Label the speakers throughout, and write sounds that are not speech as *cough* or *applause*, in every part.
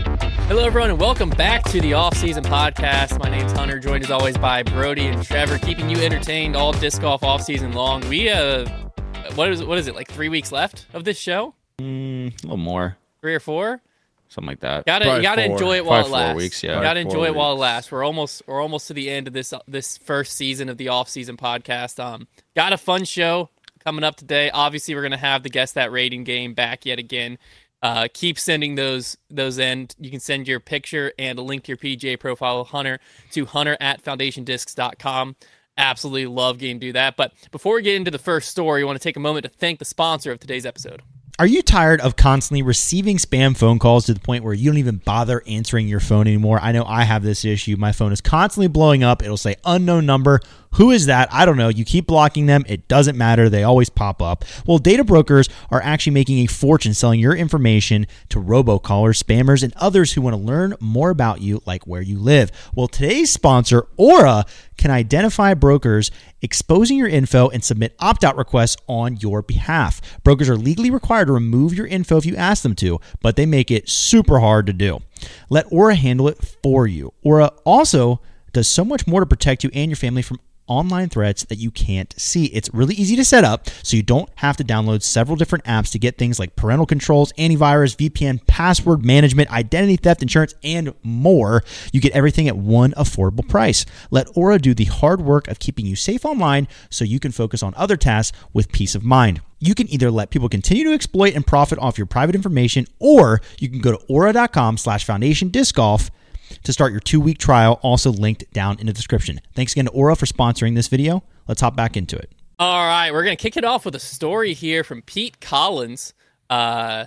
Speaker 1: Hello, everyone, and welcome back to the Off Season Podcast. My name's Hunter, joined as always by Brody and Trevor, keeping you entertained all disc golf off season long. We uh, what is what is it like three weeks left of this show?
Speaker 2: Mm, a little more,
Speaker 1: Three or four?
Speaker 2: something like that.
Speaker 1: Gotta
Speaker 3: Probably
Speaker 1: you gotta
Speaker 3: four.
Speaker 1: enjoy it while
Speaker 2: Probably
Speaker 1: it
Speaker 2: four
Speaker 1: lasts.
Speaker 2: weeks, yeah.
Speaker 1: You gotta
Speaker 3: Probably
Speaker 1: enjoy
Speaker 3: four
Speaker 1: it while it
Speaker 3: weeks.
Speaker 1: lasts. We're almost we're almost to the end of this this first season of the off season podcast. Um, got a fun show coming up today. Obviously, we're gonna have the guess that rating game back yet again. Uh, keep sending those those in. You can send your picture and a link to your PGA profile, Hunter, to Hunter at foundationdiscs.com. Absolutely love getting to do that. But before we get into the first story, I want to take a moment to thank the sponsor of today's episode.
Speaker 4: Are you tired of constantly receiving spam phone calls to the point where you don't even bother answering your phone anymore? I know I have this issue. My phone is constantly blowing up. It'll say unknown number. Who is that? I don't know. You keep blocking them. It doesn't matter. They always pop up. Well, data brokers are actually making a fortune selling your information to robocallers, spammers, and others who want to learn more about you, like where you live. Well, today's sponsor, Aura, can identify brokers exposing your info and submit opt out requests on your behalf. Brokers are legally required to remove your info if you ask them to, but they make it super hard to do. Let Aura handle it for you. Aura also does so much more to protect you and your family from online threats that you can't see. It's really easy to set up, so you don't have to download several different apps to get things like parental controls, antivirus, VPN, password management, identity theft insurance, and more. You get everything at one affordable price. Let Aura do the hard work of keeping you safe online so you can focus on other tasks with peace of mind. You can either let people continue to exploit and profit off your private information, or you can go to aura.com slash foundation disc golf to start your two week trial, also linked down in the description. Thanks again to Aura for sponsoring this video. Let's hop back into it.
Speaker 1: All right, we're gonna kick it off with a story here from Pete Collins. Uh,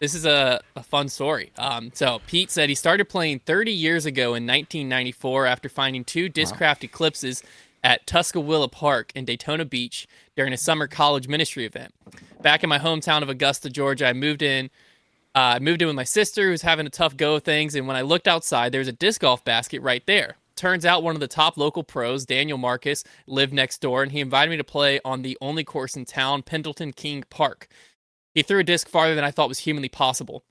Speaker 1: this is a, a fun story. Um, so Pete said he started playing 30 years ago in 1994 after finding two Discraft eclipses at Tuscaloosa Park in Daytona Beach during a summer college ministry event. Back in my hometown of Augusta, Georgia, I moved in uh, I moved in with my sister, who's having a tough go of things. And when I looked outside, there's a disc golf basket right there. Turns out one of the top local pros, Daniel Marcus, lived next door, and he invited me to play on the only course in town, Pendleton King Park. He threw a disc farther than I thought was humanly possible.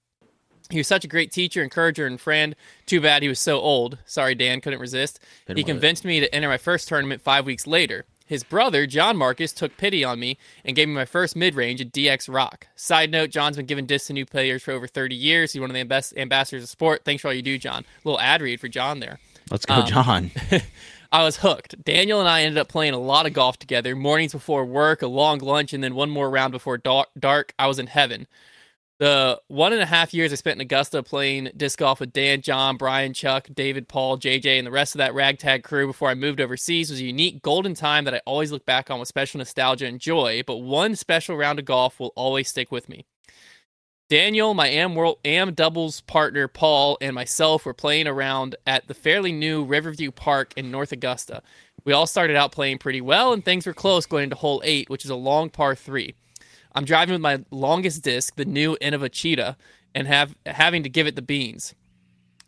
Speaker 1: He was such a great teacher, encourager, and friend. Too bad he was so old. Sorry, Dan, couldn't resist. he convinced me to enter my first tournament five weeks later. His brother, John Marcus, took pity on me and gave me my first mid range at DX Rock. Side note John's been giving discs to new players for over 30 years. He's one of the best ambassadors of sport. Thanks for all you do, John. Little ad read for John there.
Speaker 2: Let's
Speaker 1: Um,
Speaker 2: go, John. *laughs*
Speaker 1: I was hooked. Daniel and I ended up playing a lot of golf together, mornings before work, a long lunch, and then one more round before dar- dark. I was in heaven. The one and a half years I spent in Augusta playing disc golf with Dan, John, Brian, Chuck, David, Paul, JJ, and the rest of that ragtag crew before I moved overseas was a unique golden time that I always look back on with special nostalgia and joy. But one special round of golf will always stick with me. Daniel, my AM World AM doubles partner Paul, and myself were playing around at the fairly new Riverview Park in North Augusta. We all started out playing pretty well, and things were close going into hole eight, which is a long par three. I'm driving with my longest disc, the new Innova Cheetah, and have having to give it the beans.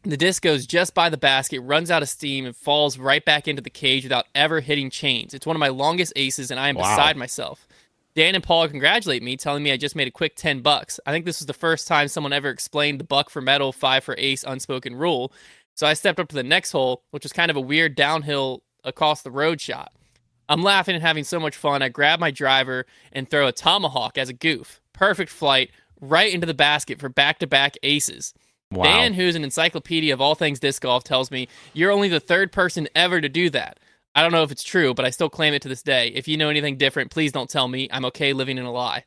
Speaker 1: The disc goes just by the basket, runs out of steam, and falls right back into the cage without ever hitting chains. It's one of my longest aces, and I am beside myself. Dan and Paul congratulate me, telling me I just made a quick 10 bucks. I think this was the first time someone ever explained the buck for metal, five for ace unspoken rule. So I stepped up to the next hole, which was kind of a weird downhill across the road shot. I'm laughing and having so much fun. I grab my driver and throw a tomahawk as a goof. Perfect flight right into the basket for back to back aces.
Speaker 2: Wow.
Speaker 1: Dan, who's an encyclopedia of all things disc golf, tells me you're only the third person ever to do that. I don't know if it's true, but I still claim it to this day. If you know anything different, please don't tell me. I'm okay living in a lie.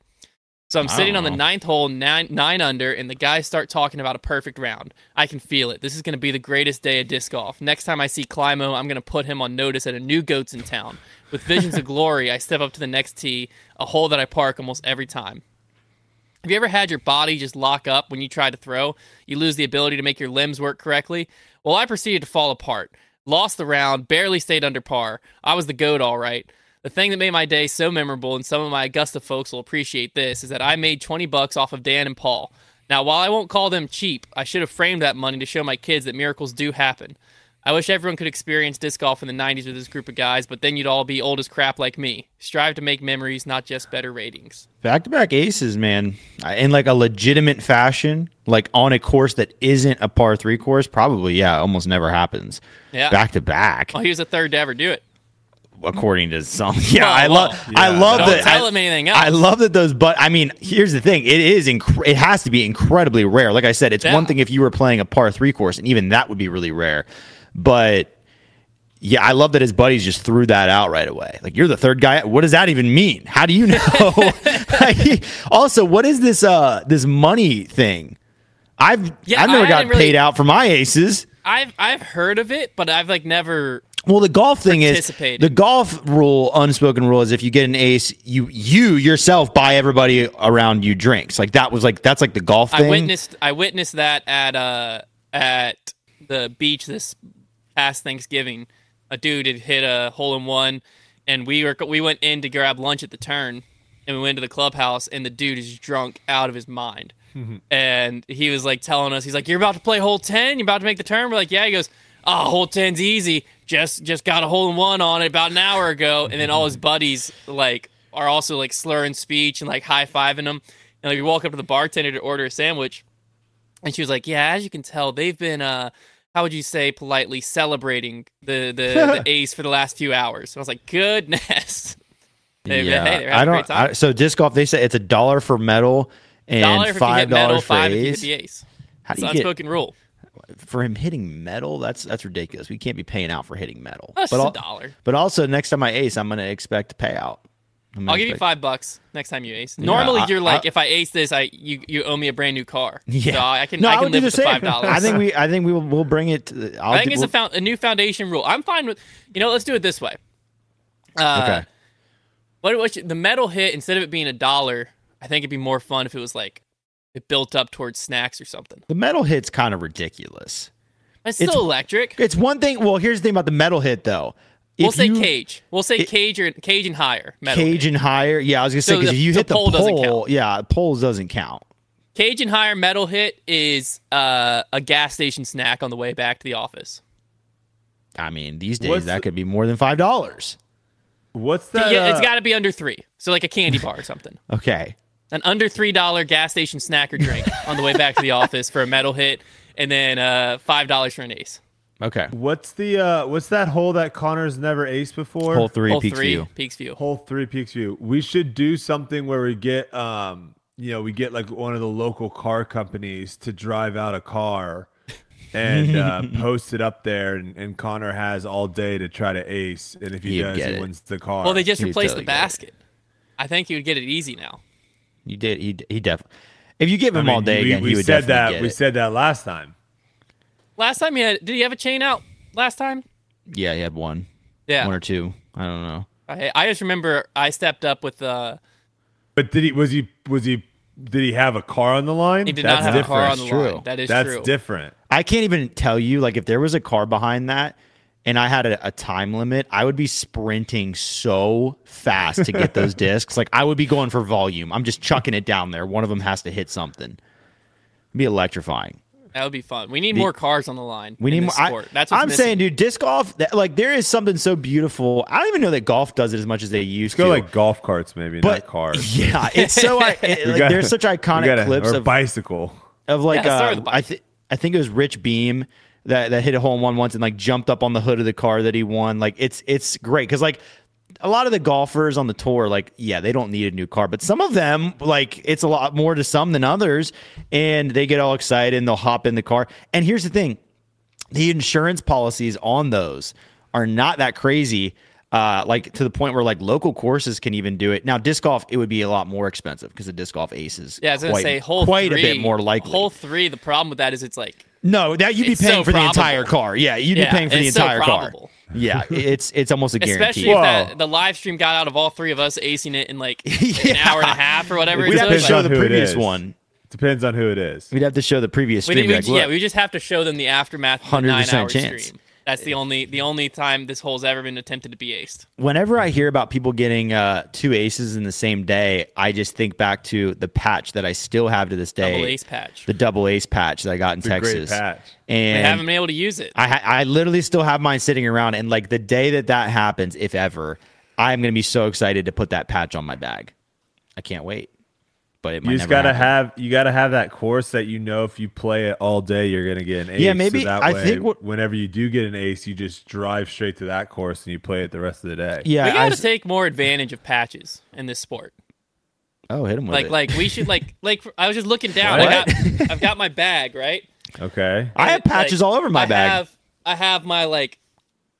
Speaker 1: So I'm sitting on the ninth hole, nine, nine under, and the guys start talking about a perfect round. I can feel it. This is going to be the greatest day of disc golf. Next time I see Climo, I'm going to put him on notice at a new goats in town. With visions of *laughs* glory, I step up to the next tee, a hole that I park almost every time. Have you ever had your body just lock up when you try to throw? You lose the ability to make your limbs work correctly? Well, I proceeded to fall apart. Lost the round, barely stayed under par. I was the goat, all right. The thing that made my day so memorable, and some of my Augusta folks will appreciate this, is that I made 20 bucks off of Dan and Paul. Now, while I won't call them cheap, I should have framed that money to show my kids that miracles do happen. I wish everyone could experience disc golf in the 90s with this group of guys, but then you'd all be old as crap like me. Strive to make memories, not just better ratings.
Speaker 2: Back to back aces, man, I- in like a legitimate fashion, like on a course that isn't a par three course. Probably, yeah, almost never happens.
Speaker 1: Yeah.
Speaker 2: Back to back,
Speaker 1: Well, he was the third to ever do it.
Speaker 2: according to some. *laughs* Yeah,
Speaker 1: Well,
Speaker 2: I love.
Speaker 1: well,
Speaker 2: I
Speaker 3: yeah.
Speaker 2: love
Speaker 1: Don't
Speaker 2: that.
Speaker 1: tell
Speaker 2: I-
Speaker 1: him anything else.
Speaker 2: I love that those, but I mean, here's the thing: it is inc- it has to be incredibly rare. Like I said, it's
Speaker 1: Yeah.
Speaker 2: one thing if you were playing a par three course, and even that would be really rare. But yeah, I love that his buddies just threw that out right away. Like you're the third guy. What does that even mean? How do
Speaker 1: *laughs*
Speaker 2: you know? *laughs* Like, also, what is this uh this money thing? I've
Speaker 1: Yeah,
Speaker 2: I've never
Speaker 1: I
Speaker 2: got
Speaker 1: haven't really-
Speaker 2: paid out for my aces.
Speaker 1: I've I've heard of it, but I've like never.
Speaker 2: Well, the golf thing is
Speaker 1: Participated.
Speaker 2: the golf rule, unspoken rule is if you get an ace, you you yourself buy everybody around you drinks. Like that was like that's like the golf thing.
Speaker 1: I witnessed I witnessed that at uh at the beach this past Thanksgiving. A dude had hit a hole in one, and we were we went in to grab lunch at the turn, and we went to the clubhouse, and the dude is drunk out of his mind, and he was like telling us he's like you're about to play hole ten, you're about to make the turn. We're like yeah. He goes oh hole 10's easy. Just just got a hole in one on it about an hour ago, and then all his buddies like are also like slurring speech and like high fiving him. And like we walk up to the bartender to order a sandwich, and she was like, "Yeah, as you can tell, they've been uh, how would you say politely celebrating the
Speaker 2: *laughs*
Speaker 1: the, the ace for the last few hours." And I was like, "Goodness, *laughs* They- they- hey, they're having
Speaker 2: I
Speaker 1: a great
Speaker 2: don't.
Speaker 1: time.
Speaker 2: I, so disc golf, they say it's a dollar for medal
Speaker 1: dollar
Speaker 2: and
Speaker 1: if you hit
Speaker 2: five
Speaker 1: metal,
Speaker 2: dollars for
Speaker 1: five if you hit
Speaker 2: ace.
Speaker 1: the ace.
Speaker 2: How do
Speaker 1: It's
Speaker 2: you
Speaker 1: an
Speaker 2: get-
Speaker 1: unspoken rule.
Speaker 2: for him hitting metal? That's that's ridiculous. We can't be paying out for hitting metal.
Speaker 1: That's
Speaker 2: but,
Speaker 1: just
Speaker 2: al-
Speaker 1: a dollar.
Speaker 2: but also next time I ace, I'm going to expect a payout. I'm gonna
Speaker 1: I'll give you
Speaker 2: expect-
Speaker 1: five bucks next time you ace. Normally,
Speaker 2: I-
Speaker 1: you're like,
Speaker 2: I-
Speaker 1: if I ace this, I you you owe me a brand new car.
Speaker 2: *laughs* Yeah,
Speaker 1: so I can
Speaker 2: No,
Speaker 1: I can
Speaker 2: would do
Speaker 1: live with the
Speaker 2: same. *laughs*
Speaker 1: five dollars.
Speaker 2: I think we. I think we will. We'll bring it. To, the- I'll
Speaker 1: I think
Speaker 2: do-
Speaker 1: it's a,
Speaker 2: we'll-
Speaker 1: found, a new foundation rule. I'm fine with, you know, let's do it this way. Uh,
Speaker 2: Okay.
Speaker 1: What, what should, the metal hit instead of it being a dollar? I think it'd be more fun if it was like it built up towards snacks or something.
Speaker 2: The metal hit's kind of ridiculous.
Speaker 1: It's
Speaker 2: It's-
Speaker 1: still electric.
Speaker 2: It's one thing. Well, here's the thing about the metal hit, though.
Speaker 1: We'll
Speaker 2: If
Speaker 1: say
Speaker 2: you-
Speaker 1: cage. We'll say cage or cage and higher. Metal
Speaker 2: cage
Speaker 1: hit.
Speaker 2: and higher. Yeah, I was gonna say
Speaker 1: So
Speaker 2: because
Speaker 1: the-
Speaker 2: if you
Speaker 1: the
Speaker 2: hit the
Speaker 1: pole
Speaker 2: pole,
Speaker 1: doesn't count.
Speaker 2: yeah, poles doesn't count.
Speaker 1: cage and higher metal hit is uh, a gas station snack on the way back to the office.
Speaker 2: I mean, these days
Speaker 3: What's
Speaker 2: that
Speaker 3: the-
Speaker 2: could be more than five dollars.
Speaker 3: What's that?
Speaker 1: yeah, it's
Speaker 3: uh,
Speaker 1: got to be under three. So like a candy bar or
Speaker 2: *laughs*
Speaker 1: something.
Speaker 2: Okay,
Speaker 1: An under three dollar gas station snack or drink on the way back to the office for a metal hit, and then uh, five dollars for an ace.
Speaker 2: okay.
Speaker 3: What's the uh what's that hole that Connor's never aced before?
Speaker 2: Hole three,
Speaker 1: Hole
Speaker 2: peaks
Speaker 1: three,
Speaker 2: view.
Speaker 1: Peaks View.
Speaker 3: Hole three peaks view. We should do something where we get um you know, we get like one of the local car companies to drive out
Speaker 2: *laughs*
Speaker 3: a car and uh, post it up there and, and Connor has all day to try to ace and if he
Speaker 2: He'd
Speaker 3: does he
Speaker 2: get it.
Speaker 3: wins the car.
Speaker 1: Well, they just
Speaker 2: He'd
Speaker 1: replaced the
Speaker 2: totally get it.
Speaker 1: basket. I think you would get it easy now.
Speaker 2: You did. He he definitely. If you give
Speaker 3: I
Speaker 2: him all
Speaker 3: mean,
Speaker 2: day
Speaker 3: we,
Speaker 2: again,
Speaker 3: we
Speaker 2: he would
Speaker 3: said that
Speaker 2: definitely
Speaker 3: we
Speaker 2: get it.
Speaker 3: said that last time.
Speaker 1: Last time he had, did he have a chain out? Last time?
Speaker 2: Yeah, he had one,
Speaker 1: Yeah.
Speaker 2: one or two. I don't know.
Speaker 1: I, I just remember I stepped up with uh
Speaker 3: But did he was he was he did he have a car on the line?
Speaker 1: he did not
Speaker 3: That's
Speaker 1: have a
Speaker 3: different.
Speaker 1: car on
Speaker 2: That's
Speaker 1: the
Speaker 2: true.
Speaker 1: line. That is
Speaker 3: That's
Speaker 1: true.
Speaker 3: different.
Speaker 2: I can't even tell you. Like, if there was a car behind that, and I had a, a time limit, I would be sprinting so fast to get
Speaker 1: *laughs*
Speaker 2: those discs. Like, I would be going for volume. I'm just chucking it down there. One of them has to hit something. It'd be electrifying.
Speaker 1: that would be fun. We need more cars on the line.
Speaker 2: We
Speaker 1: in
Speaker 2: need more.
Speaker 1: this
Speaker 2: I,
Speaker 1: Sport. That's what
Speaker 2: I'm saying, dude. Disc golf. That, like, there is something so beautiful. I don't even know that golf does it as much as they used
Speaker 3: Go
Speaker 2: to.
Speaker 3: like golf carts maybe,
Speaker 2: but
Speaker 3: not
Speaker 2: *laughs*
Speaker 3: cars.
Speaker 2: yeah, it's
Speaker 3: *laughs*
Speaker 2: so. I, it,
Speaker 3: We
Speaker 2: like,
Speaker 3: gotta-
Speaker 2: there's
Speaker 3: *laughs*
Speaker 2: such
Speaker 3: we
Speaker 2: iconic
Speaker 3: gotta-
Speaker 2: clips
Speaker 3: or
Speaker 2: of
Speaker 3: bicycle.
Speaker 2: of like
Speaker 1: Yeah, start
Speaker 2: uh,
Speaker 1: with the
Speaker 2: I think I think it was Rich Beam that that hit a hole in one once and like jumped up on the hood of the car that he won. Like it's it's great because like a lot of the golfers on the tour, like yeah, they don't need a new car, but some of them like it's a lot more to some than others, and they get all excited and they'll hop in the car. And here's the thing: the insurance policies on those are not that crazy. Uh, like to the point where like local courses can even do it now. Disc golf it would be a lot more expensive because the disc golf ace is
Speaker 1: Yeah, I was gonna
Speaker 2: quite,
Speaker 1: say whole
Speaker 2: quite
Speaker 1: three,
Speaker 2: a bit more likely.
Speaker 1: Whole three. The problem with that is it's like
Speaker 2: No, that you'd be
Speaker 1: It's
Speaker 2: paying
Speaker 1: so
Speaker 2: for
Speaker 1: probable.
Speaker 2: the entire car. Yeah, you'd
Speaker 1: Yeah,
Speaker 2: be paying for the
Speaker 1: it's so
Speaker 2: entire car.
Speaker 1: probable.
Speaker 2: Yeah,
Speaker 1: *laughs*
Speaker 2: it's it's almost a
Speaker 1: especially
Speaker 2: guarantee.
Speaker 1: if
Speaker 3: Whoa.
Speaker 1: that, the live stream got out of all three of us acing it in like
Speaker 2: *laughs*
Speaker 1: an
Speaker 2: Yeah.
Speaker 1: hour and a half or whatever.
Speaker 2: We'd
Speaker 1: it
Speaker 2: have
Speaker 1: took.
Speaker 2: to
Speaker 3: depends
Speaker 2: show
Speaker 3: on
Speaker 2: the
Speaker 3: who it
Speaker 2: previous
Speaker 3: is.
Speaker 2: one.
Speaker 3: Depends on who it is.
Speaker 2: We'd have to show the previous
Speaker 1: we,
Speaker 2: stream.
Speaker 1: we-
Speaker 2: like,
Speaker 1: yeah,
Speaker 2: look,
Speaker 1: we just have to show them the aftermath. Hundred
Speaker 2: 100%
Speaker 1: percent
Speaker 2: chance.
Speaker 1: Stream. That's the only the only time this hole's ever been attempted to be aced.
Speaker 2: whenever I hear about people getting uh, two aces in the same day, I just think back to the patch that I still have to this day,
Speaker 1: Double ace patch.
Speaker 2: the double ace patch that I got in
Speaker 3: a great
Speaker 2: Texas,
Speaker 3: patch.
Speaker 1: They
Speaker 2: and
Speaker 1: haven't been able to use it.
Speaker 2: I ha- I literally still have mine sitting around, and like the day that that happens, if ever, I'm gonna be so excited to put that patch on my bag. I can't wait. But it might
Speaker 3: You just
Speaker 2: never
Speaker 3: gotta
Speaker 2: happen.
Speaker 3: have you gotta have that course that you know if you play it all day you're gonna get an ace.
Speaker 2: Yeah, maybe-
Speaker 3: so that
Speaker 2: I
Speaker 3: way,
Speaker 2: think what-
Speaker 3: whenever you do get an ace, you just drive straight to that course and you play it the rest of the day.
Speaker 2: Yeah.
Speaker 1: we
Speaker 2: I
Speaker 1: got to
Speaker 2: was-
Speaker 1: take more advantage of patches in this sport.
Speaker 2: oh, hit him with
Speaker 1: Like
Speaker 2: it.
Speaker 1: like we should
Speaker 2: *laughs*
Speaker 1: like like I was just looking down. I
Speaker 2: What?
Speaker 1: got I've got my bag right.
Speaker 3: Okay.
Speaker 2: I have
Speaker 1: And, like,
Speaker 2: patches all over my
Speaker 1: I
Speaker 2: bag.
Speaker 1: Have, I have my like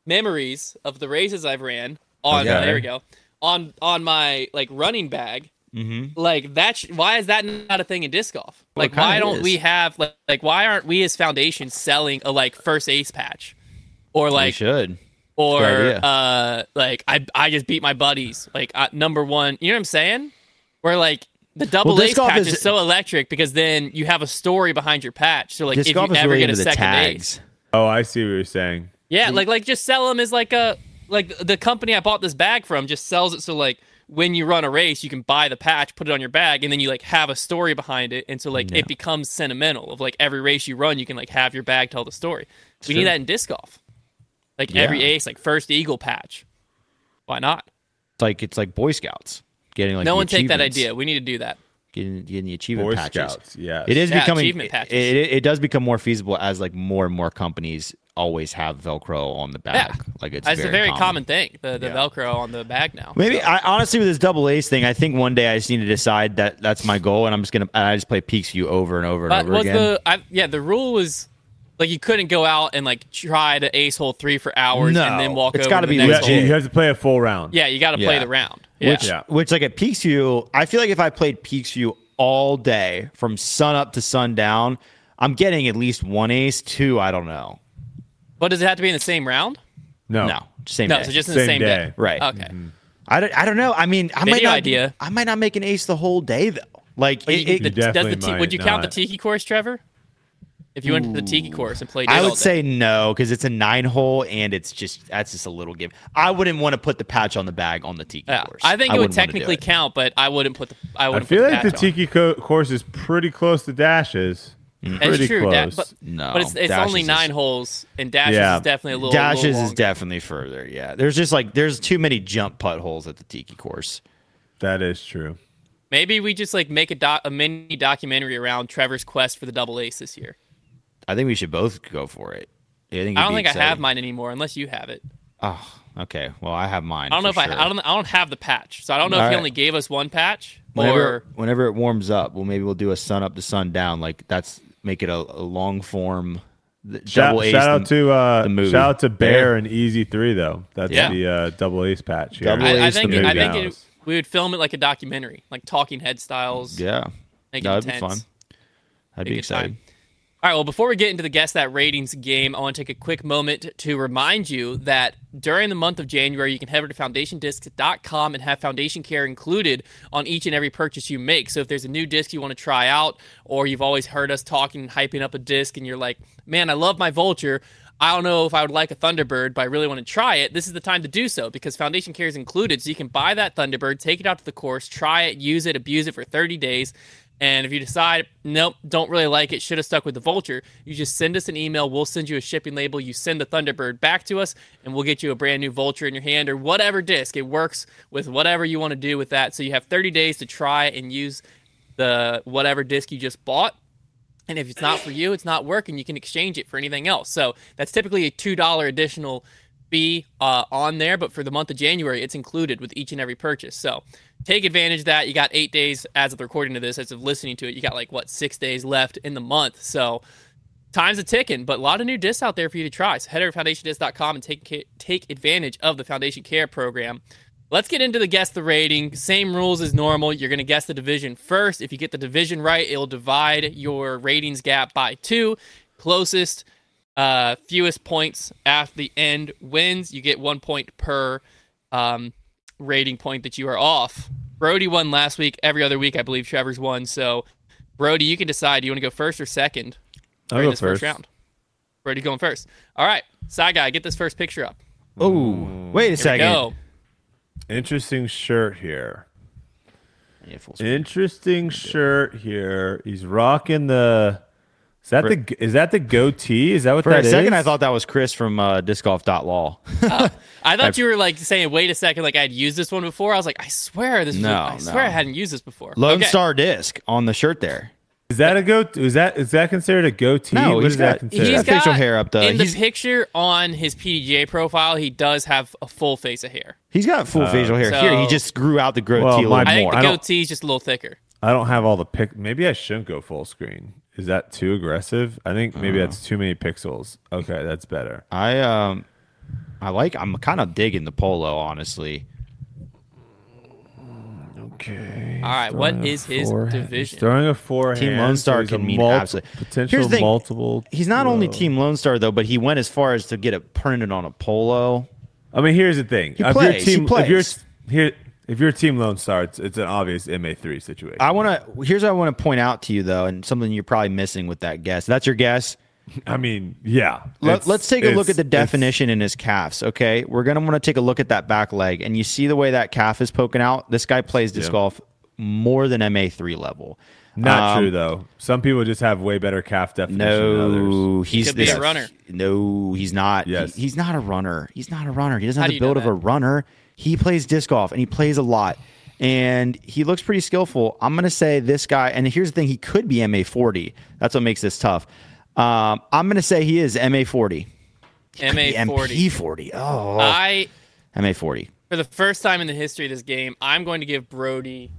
Speaker 1: memories of the races I've ran on.
Speaker 3: Okay.
Speaker 1: There we go. On on my like running bag.
Speaker 2: Mhm.
Speaker 1: Like that. Sh- why is that not a thing in disc golf?
Speaker 2: Well,
Speaker 1: Like
Speaker 2: it kinda
Speaker 1: why don't
Speaker 2: is.
Speaker 1: we have like like why aren't we as foundation selling a like first ace patch, or
Speaker 2: we
Speaker 1: like
Speaker 2: should.
Speaker 1: or
Speaker 2: idea.
Speaker 1: uh like I I just beat my buddies like I, number one. You know what I'm saying? Where like. The double
Speaker 2: disc
Speaker 1: ace
Speaker 2: golf
Speaker 1: patch
Speaker 2: is-
Speaker 1: is, so electric because then you have a story behind your patch. So like,
Speaker 2: Disc
Speaker 1: if you
Speaker 2: golf
Speaker 1: ever
Speaker 2: is really
Speaker 1: get a
Speaker 2: into the
Speaker 1: second ace,
Speaker 2: tags.
Speaker 3: Oh, I see what you're saying.
Speaker 1: yeah, like like just sell them as like a like the company I bought this bag from just sells it so like when you run a race you can buy the patch, put it on your bag, and then you like have a story behind it, and so like it becomes sentimental of like every race you run you can like have your bag tell the story. we
Speaker 2: true.
Speaker 1: need that in disc golf, like every
Speaker 2: Yeah.
Speaker 1: ace, like first eagle patch. Why not?
Speaker 2: It's like it's like Boy Scouts getting like
Speaker 1: no
Speaker 2: the
Speaker 1: one take that
Speaker 2: achievements.
Speaker 1: idea. We need to do that.
Speaker 2: getting getting the achievement
Speaker 3: Boy
Speaker 2: patches.
Speaker 3: Scouts. Yeah.
Speaker 2: It is
Speaker 1: Yeah,
Speaker 2: becoming
Speaker 1: achievement
Speaker 2: it,
Speaker 1: patches.
Speaker 2: it, it does become more feasible as like more and more companies always have Velcro on the back. Like it's
Speaker 1: That's
Speaker 2: very
Speaker 1: a very common, thing. The the Velcro on the bag now.
Speaker 2: Maybe I honestly with this double ace thing, I think one day I just need to decide that that's my goal, and I'm just gonna and I just play Peaks View over and over and
Speaker 1: But
Speaker 2: over
Speaker 1: was
Speaker 2: again.
Speaker 1: the I, yeah the rule was like you couldn't go out and like try to ace hole three for hours
Speaker 2: No,
Speaker 1: and then walk.
Speaker 2: it's
Speaker 1: over
Speaker 2: gotta
Speaker 1: to the
Speaker 2: be
Speaker 1: next
Speaker 3: You,
Speaker 2: legit.
Speaker 1: hole.
Speaker 3: you have to play a full round.
Speaker 1: Yeah, you got to play
Speaker 2: Yeah.
Speaker 1: the round. Yeah.
Speaker 2: which
Speaker 3: Yeah.
Speaker 2: which like at Peaks View, I feel like if I played Peaks View all day from sun up to sundown, I'm getting at least one ace, two. I don't know.
Speaker 1: But does it have to be in the same round?
Speaker 3: No.
Speaker 2: No, same.
Speaker 1: No,
Speaker 2: day.
Speaker 1: so just in the
Speaker 3: Same
Speaker 1: same day.
Speaker 3: day.
Speaker 2: Right. Mm-hmm.
Speaker 1: Okay.
Speaker 2: I don't, I don't know. I mean, I might
Speaker 1: Video
Speaker 2: not,
Speaker 1: idea.
Speaker 2: I might not make an ace the whole day though. Like
Speaker 1: But
Speaker 2: it,
Speaker 1: you-
Speaker 2: it-
Speaker 1: the- does
Speaker 3: definitely
Speaker 1: the ti- would you
Speaker 3: might
Speaker 1: count the
Speaker 3: not.
Speaker 1: tiki course, Trevor? If you went to the tiki course and played, it
Speaker 2: I
Speaker 1: all
Speaker 2: would
Speaker 1: day.
Speaker 2: say no because it's a nine hole and it's just that's just a little give. I wouldn't want to put the patch on the bag on the tiki
Speaker 1: Yeah.
Speaker 2: course.
Speaker 1: I think it would
Speaker 2: wouldn't wanna do
Speaker 1: technically
Speaker 2: it.
Speaker 1: count, but I wouldn't put the I
Speaker 3: I
Speaker 1: wouldn't
Speaker 3: feel
Speaker 1: put
Speaker 3: like the
Speaker 1: patch on.
Speaker 3: tiki co- course is pretty close to dashes.
Speaker 1: That's
Speaker 3: Pretty
Speaker 1: Mm. true, da-
Speaker 3: close.
Speaker 1: but,
Speaker 2: No,
Speaker 1: but it's, it's
Speaker 2: dashes
Speaker 1: only
Speaker 2: is-
Speaker 1: nine holes, and dashes
Speaker 3: Yeah.
Speaker 1: is definitely a little. a
Speaker 2: Dashes
Speaker 1: little
Speaker 2: is
Speaker 1: longer.
Speaker 2: definitely further. Yeah, there's just like there's too many jump putt holes at the tiki course.
Speaker 3: that is true.
Speaker 1: Maybe we just like make a, doc, a mini documentary around Trevor's quest for the double ace this year.
Speaker 2: I think we should both go for it. I, think
Speaker 1: I
Speaker 2: it'd
Speaker 1: don't
Speaker 2: be
Speaker 1: think I have
Speaker 2: exciting.
Speaker 1: mine anymore, unless you have it.
Speaker 2: Oh, okay. Well, I have mine.
Speaker 1: I don't know if
Speaker 2: for sure.
Speaker 1: I, I don't I don't have the patch, so I don't know
Speaker 2: All
Speaker 1: if he
Speaker 2: right.
Speaker 1: only gave us one patch
Speaker 2: whenever,
Speaker 1: or
Speaker 2: whenever it warms up, well, maybe we'll do a sun up to sun down. Like that's make it a, a long form th-
Speaker 3: Shout,
Speaker 2: double ace.
Speaker 3: shout out
Speaker 2: and-
Speaker 3: to uh,
Speaker 2: the movie.
Speaker 3: shout out to
Speaker 2: Bear.
Speaker 3: Bear and Easy Three though. That's
Speaker 1: Yeah.
Speaker 3: the uh, double ace patch. Here.
Speaker 2: Double
Speaker 1: I, I
Speaker 2: ace the
Speaker 1: think it, I
Speaker 2: movie
Speaker 1: think
Speaker 3: hours.
Speaker 1: it, we would film it like a documentary, like Talking Head styles.
Speaker 2: yeah,
Speaker 1: make it
Speaker 2: that'd be fun.
Speaker 1: intense. Make
Speaker 2: That'd be
Speaker 1: it time.
Speaker 2: exciting.
Speaker 1: All right. Well, before we get into the guess that ratings game, I want to take a quick moment to remind you that during the month of January, you can head over to foundationdiscs.com and have foundation care included on each and every purchase you make. So if there's a new disc you want to try out, or you've always heard us talking and hyping up a disc, and you're like, man, I love my Vulture. I don't know if I would like a Thunderbird, but I really want to try it. This is the time to do so because Foundation Care is included. So you can buy that Thunderbird, take it out to the course, try it, use it, abuse it for 30 days. And if you decide, nope, don't really like it, should have stuck with the Vulture, you just send us an email. We'll send you a shipping label. You send the Thunderbird back to us, and we'll get you a brand new Vulture in your hand or whatever disc. It works with whatever you want to do with that. So you have 30 days to try and use the whatever disc you just bought. And if it's not for you, it's not working. You can exchange it for anything else. So that's typically a two dollar additional fee uh, on there, but for the month of January, it's included with each and every purchase. So take advantage of that. You got eight days as of the recording of this, as of listening to it. You got like what six days left in the month. So time's a ticking, but a lot of new discs out there for you to try. So head over to foundationdisc.com and take ca- take advantage of the Foundation Care program. Let's get into the guess the rating. Same rules as normal. You're going to guess the division first. If you get the division right, it'll divide your ratings gap by two. Closest, uh, fewest points at the end wins. You get one point per um, rating point that you are off. Brody won last week. Every other week, I believe Trevor's won. So, Brody, you can decide. Do you want to go first or second?
Speaker 3: I'll
Speaker 1: during
Speaker 3: go
Speaker 1: this
Speaker 3: first.
Speaker 1: round. Brady's going first. All right, side guy, get this first picture up.
Speaker 2: Oh, wait a
Speaker 1: Here we
Speaker 2: second.
Speaker 1: go.
Speaker 3: Interesting shirt here.
Speaker 2: Yeah, full screen.
Speaker 3: Interesting shirt here. He's rocking the. Is that the is that the goatee? Is that what
Speaker 2: For
Speaker 3: that
Speaker 2: a second, I
Speaker 3: is?
Speaker 2: thought that was Chris from uh, discgolf.law.
Speaker 1: I thought you were like saying, "Wait a second, like I had used this one before." I was like, "I swear this. Was
Speaker 2: No,
Speaker 1: I swear
Speaker 2: no.
Speaker 1: I hadn't used this before."
Speaker 2: Lone
Speaker 1: Okay.
Speaker 2: Star Disc on the shirt there.
Speaker 3: Is that a goat? Is that is that considered a goatee?
Speaker 2: No,
Speaker 3: What
Speaker 2: he's
Speaker 3: is
Speaker 2: got- he's
Speaker 3: that considered?
Speaker 1: He's
Speaker 2: got facial hair up, though.
Speaker 1: In the
Speaker 2: He's-
Speaker 1: picture on his PDGA profile, he does have a full face of hair.
Speaker 2: He's got full facial hair here. He
Speaker 1: So-
Speaker 2: just grew out the goatee
Speaker 3: Uh, Well,
Speaker 2: a little
Speaker 3: my-
Speaker 1: I think
Speaker 2: more.
Speaker 1: the
Speaker 3: I don't-
Speaker 1: goatee is just a little thicker.
Speaker 3: I don't have all the pic. Maybe I shouldn't go full screen. Is that too aggressive? I think maybe
Speaker 2: Uh.
Speaker 3: that's too many pixels. Okay, that's better.
Speaker 2: I um, I like. I'm kind of digging the polo, honestly.
Speaker 3: Okay.
Speaker 1: All right, what is his division?
Speaker 3: Uh, Throwing a forehand.
Speaker 2: Team Lone Star
Speaker 3: he's a
Speaker 2: can mean
Speaker 3: multi-
Speaker 2: absolute-
Speaker 3: potential
Speaker 2: Here's the thing,
Speaker 3: multiple.
Speaker 2: He's not only
Speaker 3: Whoa.
Speaker 2: Team Lone Star though, but he went as far as to get it printed on a polo.
Speaker 3: I mean, here's the thing.
Speaker 2: He
Speaker 3: if
Speaker 2: plays, he
Speaker 3: Your team, If you're,
Speaker 2: plays.
Speaker 3: here, if you're Team Lone Star, it's, it's an obvious MA three situation.
Speaker 2: I want to. Here's what I want to point out to you though, and something you're probably missing with that guess. That's your guess.
Speaker 3: I mean, yeah.
Speaker 2: Let,
Speaker 3: It's-
Speaker 2: let's take a look
Speaker 3: it's-
Speaker 2: at the
Speaker 3: it's-
Speaker 2: definition in his calves. Okay, we're gonna want to take a look at that back leg, and you see the way that calf is poking out. This guy plays disc
Speaker 3: Yeah.
Speaker 2: golf more than MA three level.
Speaker 3: Not
Speaker 2: Um,
Speaker 3: true though. Some people just have way better calf definition than others.
Speaker 2: No, he's
Speaker 1: could be a
Speaker 2: this-
Speaker 1: runner.
Speaker 2: No, he's not. He-
Speaker 3: Yes.
Speaker 2: he's not a runner. He's not a runner. He doesn't
Speaker 1: How
Speaker 2: have
Speaker 1: do
Speaker 2: the
Speaker 1: you know
Speaker 2: build of
Speaker 1: that?
Speaker 2: a runner. He plays disc golf and he plays a lot. And he looks pretty skillful. I'm gonna say this guy, and here's the thing, he could be MA forty. That's what makes this tough. Um, I'm gonna say he is MA forty.
Speaker 1: MA
Speaker 2: MP
Speaker 1: forty.
Speaker 2: forty. Oh
Speaker 1: I
Speaker 2: MA forty.
Speaker 1: for the first time in the history of this game, I'm going to give Brody.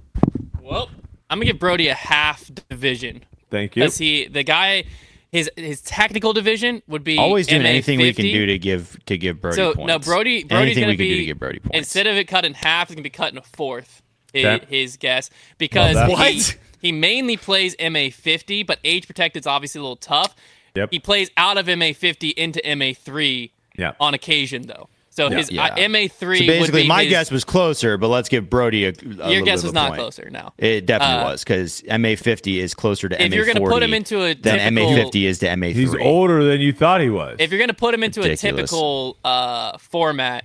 Speaker 1: Well, I'm gonna give Brody a half division
Speaker 3: Thank you.
Speaker 1: because he the guy his his tactical division would be
Speaker 2: Always doing
Speaker 1: MA
Speaker 2: anything we can
Speaker 1: 50.
Speaker 2: do to give to give Brody
Speaker 1: So
Speaker 2: points.
Speaker 1: no, Brody. Brody's
Speaker 2: anything
Speaker 1: gonna
Speaker 2: we can
Speaker 1: be,
Speaker 2: do to give Brody points.
Speaker 1: Instead of it cut in half, it's gonna be cut in a fourth. i-
Speaker 3: Okay.
Speaker 1: His guess because
Speaker 3: Love
Speaker 1: he,
Speaker 3: that.
Speaker 2: What?
Speaker 1: he mainly plays MA fifty, but age protected is obviously a little tough.
Speaker 3: Yep.
Speaker 1: He plays out of MA fifty into MA three
Speaker 3: Yeah.
Speaker 1: on occasion though. So his
Speaker 2: Yeah.
Speaker 1: uh, MA three.
Speaker 2: so
Speaker 1: would
Speaker 2: basically
Speaker 1: be
Speaker 2: my
Speaker 1: his-
Speaker 2: guess was closer, but let's give Brody a, a
Speaker 1: Your
Speaker 2: little bit
Speaker 1: guess
Speaker 2: of
Speaker 1: was
Speaker 2: a
Speaker 1: not
Speaker 2: point.
Speaker 1: closer. Now
Speaker 2: It definitely
Speaker 1: Uh,
Speaker 2: was because MA fifty is closer to
Speaker 1: if
Speaker 2: MA
Speaker 1: you're
Speaker 2: forty.
Speaker 1: gonna put him into a
Speaker 2: then MA
Speaker 1: typical-
Speaker 2: fifty is to MA
Speaker 3: He's
Speaker 2: three.
Speaker 3: older than you thought he was.
Speaker 1: if you're gonna put him into a
Speaker 2: Ridiculous.
Speaker 1: typical uh, format,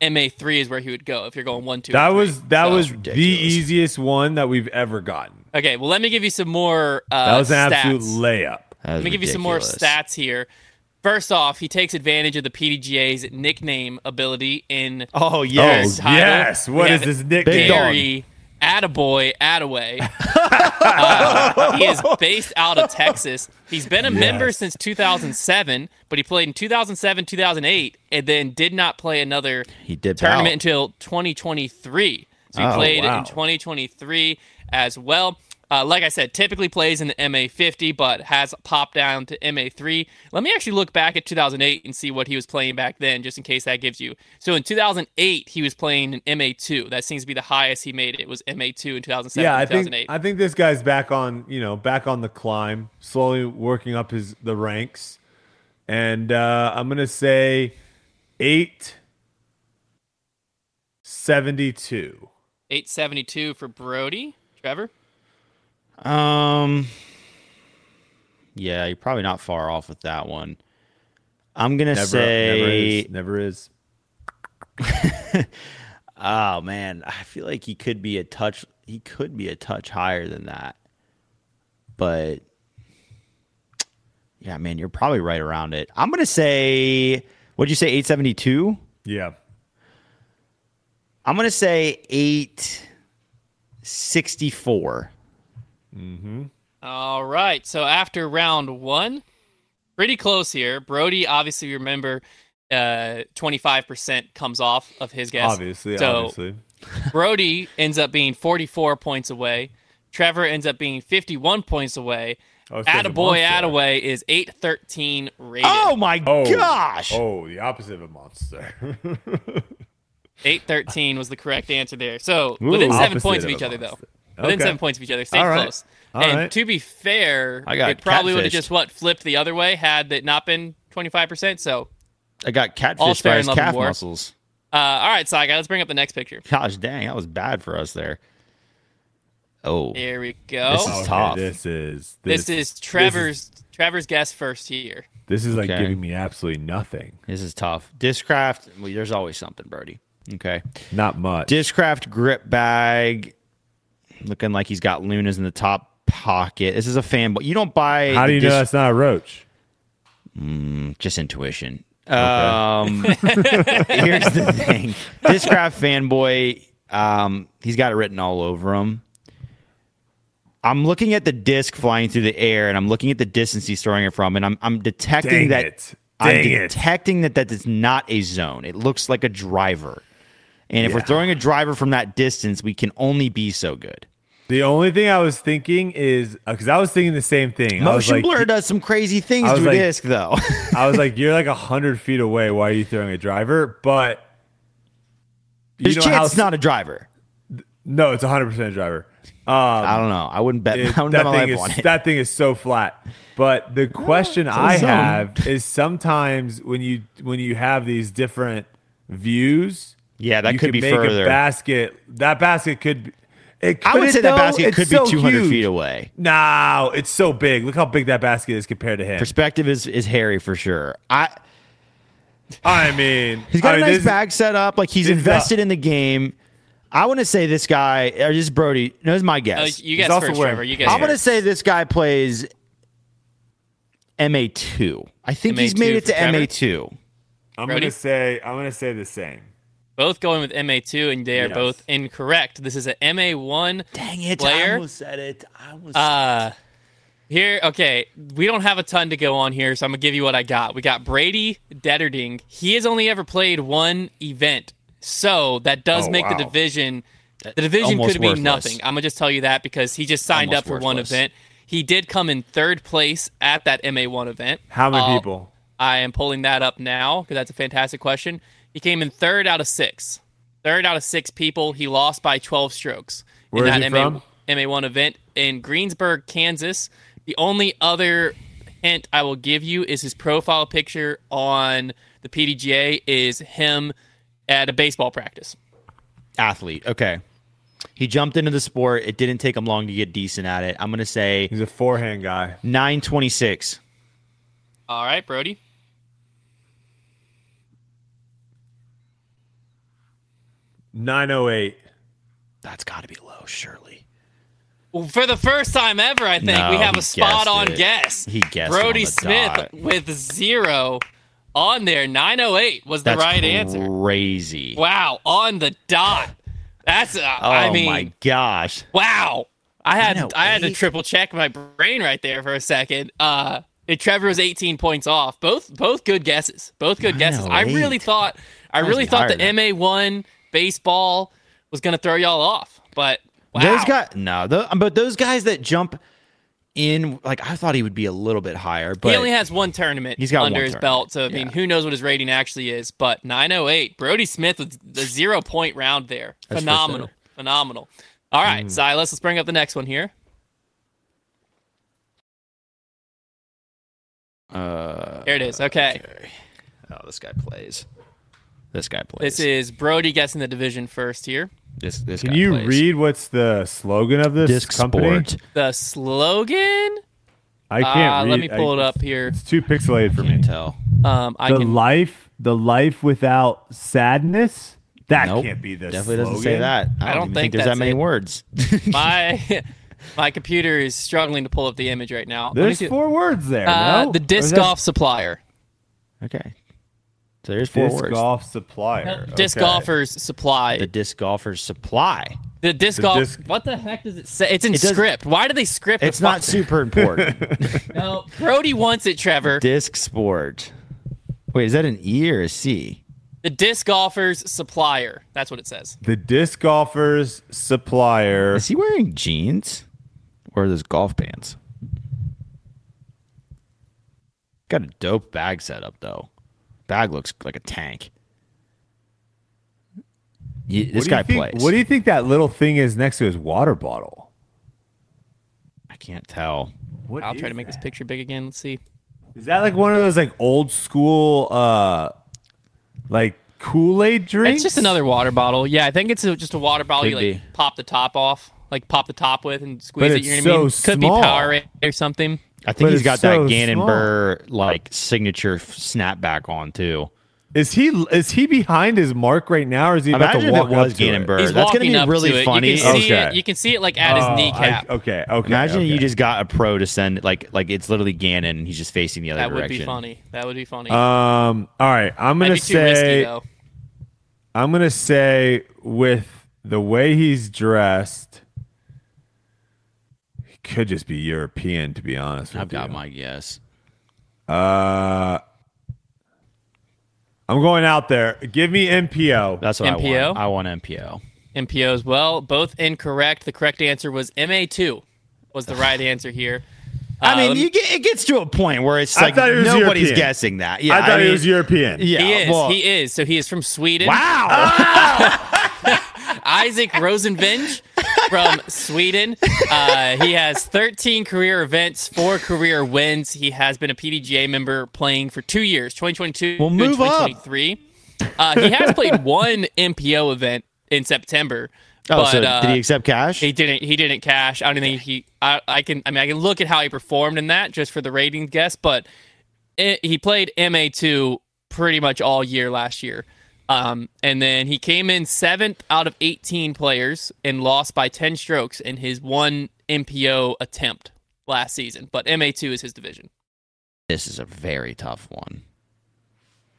Speaker 1: MA three is where he would go if you're going one two.
Speaker 3: that
Speaker 1: and three.
Speaker 3: was that
Speaker 1: So-
Speaker 3: was the
Speaker 2: ridiculous.
Speaker 3: easiest one that we've ever gotten.
Speaker 1: okay. Well, let me give you some more. Uh,
Speaker 3: That was an absolute
Speaker 1: stats.
Speaker 3: layup.
Speaker 1: Let me give you some more stats here. First off, he takes advantage of the PDGA's nickname ability in
Speaker 2: Oh
Speaker 1: his
Speaker 2: yes,
Speaker 1: title.
Speaker 3: yes. What
Speaker 1: We
Speaker 3: is
Speaker 1: have
Speaker 3: his nickname?
Speaker 2: Big dog.
Speaker 1: Gary Attaboy Attaway.
Speaker 3: *laughs*
Speaker 1: Uh, he is based out of Texas. He's been a member since 2007, but he played in 2007, 2008, and then did not play another
Speaker 2: he did
Speaker 1: tournament
Speaker 2: bow.
Speaker 1: until 2023. So he
Speaker 2: Oh,
Speaker 1: played
Speaker 3: wow.
Speaker 1: in 2023 as well. Uh, like I said, typically plays in the MA50, but has popped down to MA3. Let me actually look back at 2008 and see what he was playing back then, just in case that gives you. So in 2008, he was playing in MA2. That seems to be the highest he made. It was MA2 in 2007,
Speaker 3: yeah, I think
Speaker 1: 2008.
Speaker 3: I think this guy's back on you know back on the climb, slowly working up his the ranks, and uh, I'm gonna say eight seventy two.
Speaker 1: 872 for Brody. Trevor?
Speaker 2: Um, yeah, you're probably not far off with that one. I'm gonna
Speaker 3: Never, never
Speaker 2: say,
Speaker 3: is, never is.
Speaker 2: oh man, I feel like he could be a touch. He could be a touch higher than that, but yeah, man, you're probably right around it. I'm gonna say, what'd you say, eight seventy two?
Speaker 3: Yeah,
Speaker 2: I'm gonna say eight sixty four.
Speaker 1: All right. So after round one, pretty close here. Brody, obviously, you remember, uh, 25% comes off of his guess.
Speaker 3: obviously,
Speaker 1: So
Speaker 3: obviously. *laughs*
Speaker 1: Brody ends up being 44 points away. Trevor ends up being 51 points away.
Speaker 3: Oh, it says a
Speaker 1: Attaboy
Speaker 3: monster.
Speaker 1: Attaway is 813 rated.
Speaker 2: Oh my
Speaker 3: Oh
Speaker 2: gosh!
Speaker 3: Oh, the opposite of a monster.
Speaker 1: 813 was the correct answer there. So within
Speaker 3: Ooh.
Speaker 1: seven
Speaker 3: Opposite
Speaker 1: points of
Speaker 3: of
Speaker 1: each other, though.
Speaker 3: monster.
Speaker 1: Within
Speaker 3: Okay.
Speaker 1: seven points of each other. Stay
Speaker 3: All right.
Speaker 1: close.
Speaker 3: All
Speaker 1: and
Speaker 3: right.
Speaker 1: to be fair,
Speaker 2: I got
Speaker 1: it probably would
Speaker 2: catfished.
Speaker 1: have just what flipped the other way had it not been 25%. So,
Speaker 2: I got
Speaker 1: All
Speaker 2: catfish
Speaker 1: fair
Speaker 2: by
Speaker 1: in
Speaker 2: his
Speaker 1: love and
Speaker 2: calf
Speaker 1: war.
Speaker 2: muscles.
Speaker 1: uh, all right, Saga, let's bring up the next picture.
Speaker 2: Gosh dang, that was bad for us there. Oh,
Speaker 1: There we go.
Speaker 2: *laughs* This is tough.
Speaker 3: This is
Speaker 1: This, is Trevor's Trevor's guess first here.
Speaker 3: This is like
Speaker 2: Okay.
Speaker 3: giving me absolutely nothing.
Speaker 2: this is tough. Discraft. Well, there's always something, Brody. Okay.
Speaker 3: Not much.
Speaker 2: Discraft grip bag, looking like he's got Lunas in the top pocket. This is a fanboy. You don't buy.
Speaker 3: How do
Speaker 2: the
Speaker 3: you know
Speaker 2: dis-
Speaker 3: that's not a roach?
Speaker 2: just intuition.
Speaker 3: *laughs*
Speaker 2: Um, here's the thing: Discraft fanboy. Um, he's got it written all over him. I'm looking at the disc flying through the air, and I'm looking at the distance he's throwing it from, and I'm I'm detecting
Speaker 3: Dang
Speaker 2: that
Speaker 3: it.
Speaker 2: I'm
Speaker 3: Dang it.
Speaker 2: detecting that that is not a zone. It looks like a driver, and if we're
Speaker 3: Yeah.
Speaker 2: throwing a driver from that distance, we can only be so good.
Speaker 3: The only thing I was thinking is because I was thinking the same thing. I was
Speaker 2: Motion
Speaker 3: like,
Speaker 2: blur does some crazy things
Speaker 3: I
Speaker 2: to
Speaker 3: was
Speaker 2: a
Speaker 3: like-
Speaker 2: disc, though. *laughs*
Speaker 3: I was like, you're like a hundred feet away. Why are you throwing a driver? But you
Speaker 2: There's
Speaker 3: know
Speaker 2: chance
Speaker 3: how
Speaker 2: it's not a driver.
Speaker 3: no, it's hundred percent a driver. Um,
Speaker 2: I don't know. I wouldn't bet.
Speaker 3: it-
Speaker 2: Ah, *laughs* I wouldn't bet
Speaker 3: that
Speaker 2: my
Speaker 3: thing
Speaker 2: life
Speaker 3: is
Speaker 2: on it. Ah,
Speaker 3: that thing is so flat. But the question
Speaker 2: a
Speaker 3: I
Speaker 2: zone.
Speaker 3: have is sometimes when you when you have these different views,
Speaker 2: Yeah, that
Speaker 3: you
Speaker 2: could
Speaker 3: can
Speaker 2: be
Speaker 3: make
Speaker 2: further.
Speaker 3: A basket that basket could. be- It
Speaker 2: I
Speaker 3: could
Speaker 2: would
Speaker 3: it
Speaker 2: say that
Speaker 3: though?
Speaker 2: basket could
Speaker 3: It's so
Speaker 2: be 200
Speaker 3: huge.
Speaker 2: feet away.
Speaker 3: No, it's so big. Look how big that basket is compared to him.
Speaker 2: Perspective is is hairy for sure. I
Speaker 3: I mean,
Speaker 2: he's got
Speaker 3: I mean,
Speaker 2: a nice
Speaker 3: this-
Speaker 2: bag set up. Like he's
Speaker 3: this is
Speaker 2: invested in the game. I want to say this guy or this Brody. No, this is my
Speaker 1: Oh,
Speaker 2: guess.
Speaker 1: you guess
Speaker 3: also
Speaker 1: first,
Speaker 3: wearing
Speaker 1: Trevor. You guess
Speaker 2: I'm gonna
Speaker 1: first.
Speaker 2: say this guy plays MA two. I think he's made
Speaker 1: MA2
Speaker 2: it to
Speaker 1: for Trevor?
Speaker 2: MA two.
Speaker 3: I'm
Speaker 1: Brody?
Speaker 3: gonna say I'm gonna say the same.
Speaker 1: both going with MA2, and they are
Speaker 3: Yes.
Speaker 1: both incorrect. This is a MA1
Speaker 2: Dang it! I
Speaker 1: Player?
Speaker 2: almost said it. I was.
Speaker 1: Uh, here, okay, we don't have a ton to go on here, so I'm gonna give you what I got. We got Brady Detterding. He has only ever played one event, so that does
Speaker 3: Oh,
Speaker 1: make the
Speaker 3: wow.
Speaker 1: division. The division
Speaker 2: almost
Speaker 1: could be
Speaker 2: worthless.
Speaker 1: nothing. I'm gonna just tell you that because he just signed
Speaker 2: Almost
Speaker 1: up for one
Speaker 2: worthless.
Speaker 1: event. He did come in third place at that MA1 event.
Speaker 3: How many
Speaker 1: Uh,
Speaker 3: people?
Speaker 1: I am pulling that up now because that's a fantastic question. He came in third out of six. Third out of six people. He lost by 12 strokes
Speaker 3: Where is
Speaker 1: in
Speaker 3: he
Speaker 1: that MA,
Speaker 3: from?
Speaker 1: MA1 event in Greensburg, Kansas. The only other hint I will give you is his profile picture on the PDGA is him at a baseball practice.
Speaker 2: athlete. Okay. He jumped into the sport. It didn't take him long to get decent at it. I'm gonna say
Speaker 3: He's a forehand guy.
Speaker 2: 926.
Speaker 1: All right, Brody.
Speaker 3: Nine oh eight.
Speaker 2: That's got to be low, surely.
Speaker 1: Well, for the first time ever, I think
Speaker 2: No,
Speaker 1: we have
Speaker 2: he
Speaker 1: a spot
Speaker 2: guessed
Speaker 1: on
Speaker 2: it.
Speaker 1: guess.
Speaker 2: He guessed it
Speaker 1: Brody
Speaker 2: on the
Speaker 1: Smith
Speaker 2: dot.
Speaker 1: with zero on there. 908 was the
Speaker 2: That's
Speaker 1: right answer.
Speaker 2: Crazy.
Speaker 1: Wow, on the dot. That's uh,
Speaker 2: Oh
Speaker 1: I mean,
Speaker 2: my gosh.
Speaker 1: wow. I had
Speaker 2: 908?
Speaker 1: I had to triple check my brain right there for a second. Uh it, Trevor was 18 points off. Both both good guesses. Both good guesses. I
Speaker 2: 908.
Speaker 1: really thought I really
Speaker 2: be
Speaker 1: thought the
Speaker 2: higher than-
Speaker 1: MA1 baseball was going to throw y'all off, but wow.
Speaker 2: Those guys no, tho- um, but those guys that jump in like I thought he would be a little bit higher, but
Speaker 1: he only has one tournament
Speaker 2: He's got
Speaker 1: under
Speaker 2: one
Speaker 1: his
Speaker 2: tournament.
Speaker 1: belt, so I mean,
Speaker 2: Yeah.
Speaker 1: who knows what his rating actually is? But 908, Brody Smith with the zero point round there,
Speaker 2: That's for
Speaker 1: phenomenal,
Speaker 2: sure. Mm.
Speaker 1: phenomenal. All right, Silas, let's bring up the next one here.
Speaker 2: uh
Speaker 1: There it is. Okay,
Speaker 2: Oh, this guy plays. This guy plays.
Speaker 1: this is Brody guessing the division first here.
Speaker 2: this this
Speaker 3: Can
Speaker 2: guy
Speaker 3: you
Speaker 2: plays.
Speaker 3: read what's the slogan of this
Speaker 2: disc
Speaker 3: company?
Speaker 2: sport?
Speaker 1: The slogan.
Speaker 3: I can't
Speaker 1: Uh,
Speaker 3: read.
Speaker 1: let me pull
Speaker 3: I-
Speaker 1: it up here.
Speaker 3: It's too pixelated for me.
Speaker 2: Can't tell.
Speaker 1: Um, I
Speaker 3: The
Speaker 1: can.
Speaker 3: life, the life without sadness. That
Speaker 2: Nope.
Speaker 3: can't be the
Speaker 2: Definitely
Speaker 3: slogan.
Speaker 2: doesn't say that. I
Speaker 1: don't
Speaker 2: don't, even
Speaker 1: think
Speaker 2: think, there's
Speaker 1: that's
Speaker 2: that many
Speaker 1: it.
Speaker 2: words. *laughs*
Speaker 1: my my computer is struggling to pull up the image right now. Let me
Speaker 3: There's
Speaker 1: see-
Speaker 3: four words there.
Speaker 1: uh,
Speaker 3: no?
Speaker 1: the
Speaker 3: Or
Speaker 1: disc
Speaker 3: that's
Speaker 1: golf supplier.
Speaker 2: okay. So there's four
Speaker 3: disc
Speaker 2: words.
Speaker 3: golf supplier.
Speaker 1: Disc
Speaker 3: Okay.
Speaker 1: golfers supply.
Speaker 2: The disc golfers supply.
Speaker 1: The disc
Speaker 3: The
Speaker 1: golf.
Speaker 3: disc-
Speaker 1: What the heck does it say? It's in
Speaker 2: It does-
Speaker 1: script. Why do they script? the
Speaker 2: It's not
Speaker 1: fuck-
Speaker 2: super important.
Speaker 3: *laughs*
Speaker 1: No, Brody wants it, Trevor.
Speaker 2: Disc sport. Wait, is that an E or a C?
Speaker 1: The disc golfers supplier. That's what it says.
Speaker 3: The disc golfers supplier.
Speaker 2: Is he wearing jeans or are those golf pants? Got a dope bag setup though. Bag looks like a tank. Ye-
Speaker 3: What
Speaker 2: this
Speaker 3: do you
Speaker 2: guy
Speaker 3: think-
Speaker 2: plays.
Speaker 3: What do you think that little thing is next to his water bottle?
Speaker 2: I can't tell.
Speaker 3: What
Speaker 1: I'll try
Speaker 3: is
Speaker 1: to make
Speaker 3: that?
Speaker 1: this picture big again. Let's see.
Speaker 3: Is that like one of those like old school, uh like Kool Aid drinks?
Speaker 1: It's just another water bottle. Yeah, I think it's a, just a water bottle.
Speaker 2: Could
Speaker 1: you like
Speaker 2: be.
Speaker 1: pop the top off. like pop the top with and squeeze
Speaker 3: But
Speaker 1: it. You know
Speaker 3: it's
Speaker 1: what I mean?
Speaker 3: so
Speaker 1: Could be
Speaker 3: small.
Speaker 1: Powerade or something.
Speaker 2: I think
Speaker 3: But
Speaker 2: he's
Speaker 3: it's
Speaker 2: got
Speaker 3: so
Speaker 2: that Gannon
Speaker 3: small.
Speaker 2: Burr like signature f- snapback on too.
Speaker 3: Is he is he behind his mark right now, or is he about
Speaker 2: Imagine
Speaker 3: to walk
Speaker 2: if it was
Speaker 3: up to
Speaker 2: Gannon
Speaker 3: it?
Speaker 2: Burr.
Speaker 1: He's
Speaker 2: That's gonna
Speaker 1: walking
Speaker 2: be
Speaker 1: up to it.
Speaker 2: really funny.
Speaker 1: You
Speaker 2: Oh,
Speaker 1: can see
Speaker 3: Okay.
Speaker 1: it. You can see it like at his
Speaker 3: Oh, I-
Speaker 1: kneecap.
Speaker 3: okay, okay.
Speaker 2: Imagine
Speaker 3: okay.
Speaker 2: you just got a pro to send like like it's literally Gannon and he's just facing the other
Speaker 1: that would
Speaker 2: direction. Uh,
Speaker 1: be funny. That would be funny.
Speaker 3: Um. All right. I'm
Speaker 1: That'd
Speaker 3: gonna
Speaker 1: be too risky
Speaker 3: say.
Speaker 1: though.
Speaker 3: I'm gonna say with the way he's dressed, he could just be European. To be honest, with
Speaker 5: I've got
Speaker 3: you.
Speaker 5: my guess.
Speaker 3: Uh, I'm going out there. Give me MPO.
Speaker 2: That's what I
Speaker 1: MPO?
Speaker 2: want. I want MPO.
Speaker 1: MPO as well. Both incorrect. The correct answer was MA2 was the right answer here. Uh,
Speaker 2: I
Speaker 5: Um,
Speaker 2: mean, you get, it gets to a point where it's
Speaker 3: I
Speaker 2: like
Speaker 3: thought it was
Speaker 2: nobody's
Speaker 3: European.
Speaker 2: guessing that. Yeah,
Speaker 3: I thought he
Speaker 2: mean,
Speaker 3: was European.
Speaker 2: Yeah,
Speaker 1: he is.
Speaker 2: Uh, well-
Speaker 1: he is. So he is from Sweden.
Speaker 2: Wow.
Speaker 3: *laughs*
Speaker 1: Isaac Rosenvinge
Speaker 2: *laughs*
Speaker 1: from Sweden. Uh, he has 13 career events, four career wins. He has been a PDGA member playing for two years, 2022
Speaker 2: Well,
Speaker 1: and
Speaker 2: move up.
Speaker 1: 2023. Uh, he has played one MPO event in September.
Speaker 2: oh,
Speaker 1: but,
Speaker 2: so
Speaker 1: uh,
Speaker 2: did he accept cash?
Speaker 1: He didn't. He didn't cash. I don't think he. I, I can. I mean, I can look at how he performed in that just for the rating guess. But it, he played MA two pretty much all year last year, um, and then he came in seventh out of eighteen players and lost by ten strokes in his one MPO attempt last season. But MA two is his division.
Speaker 5: This is a very tough one.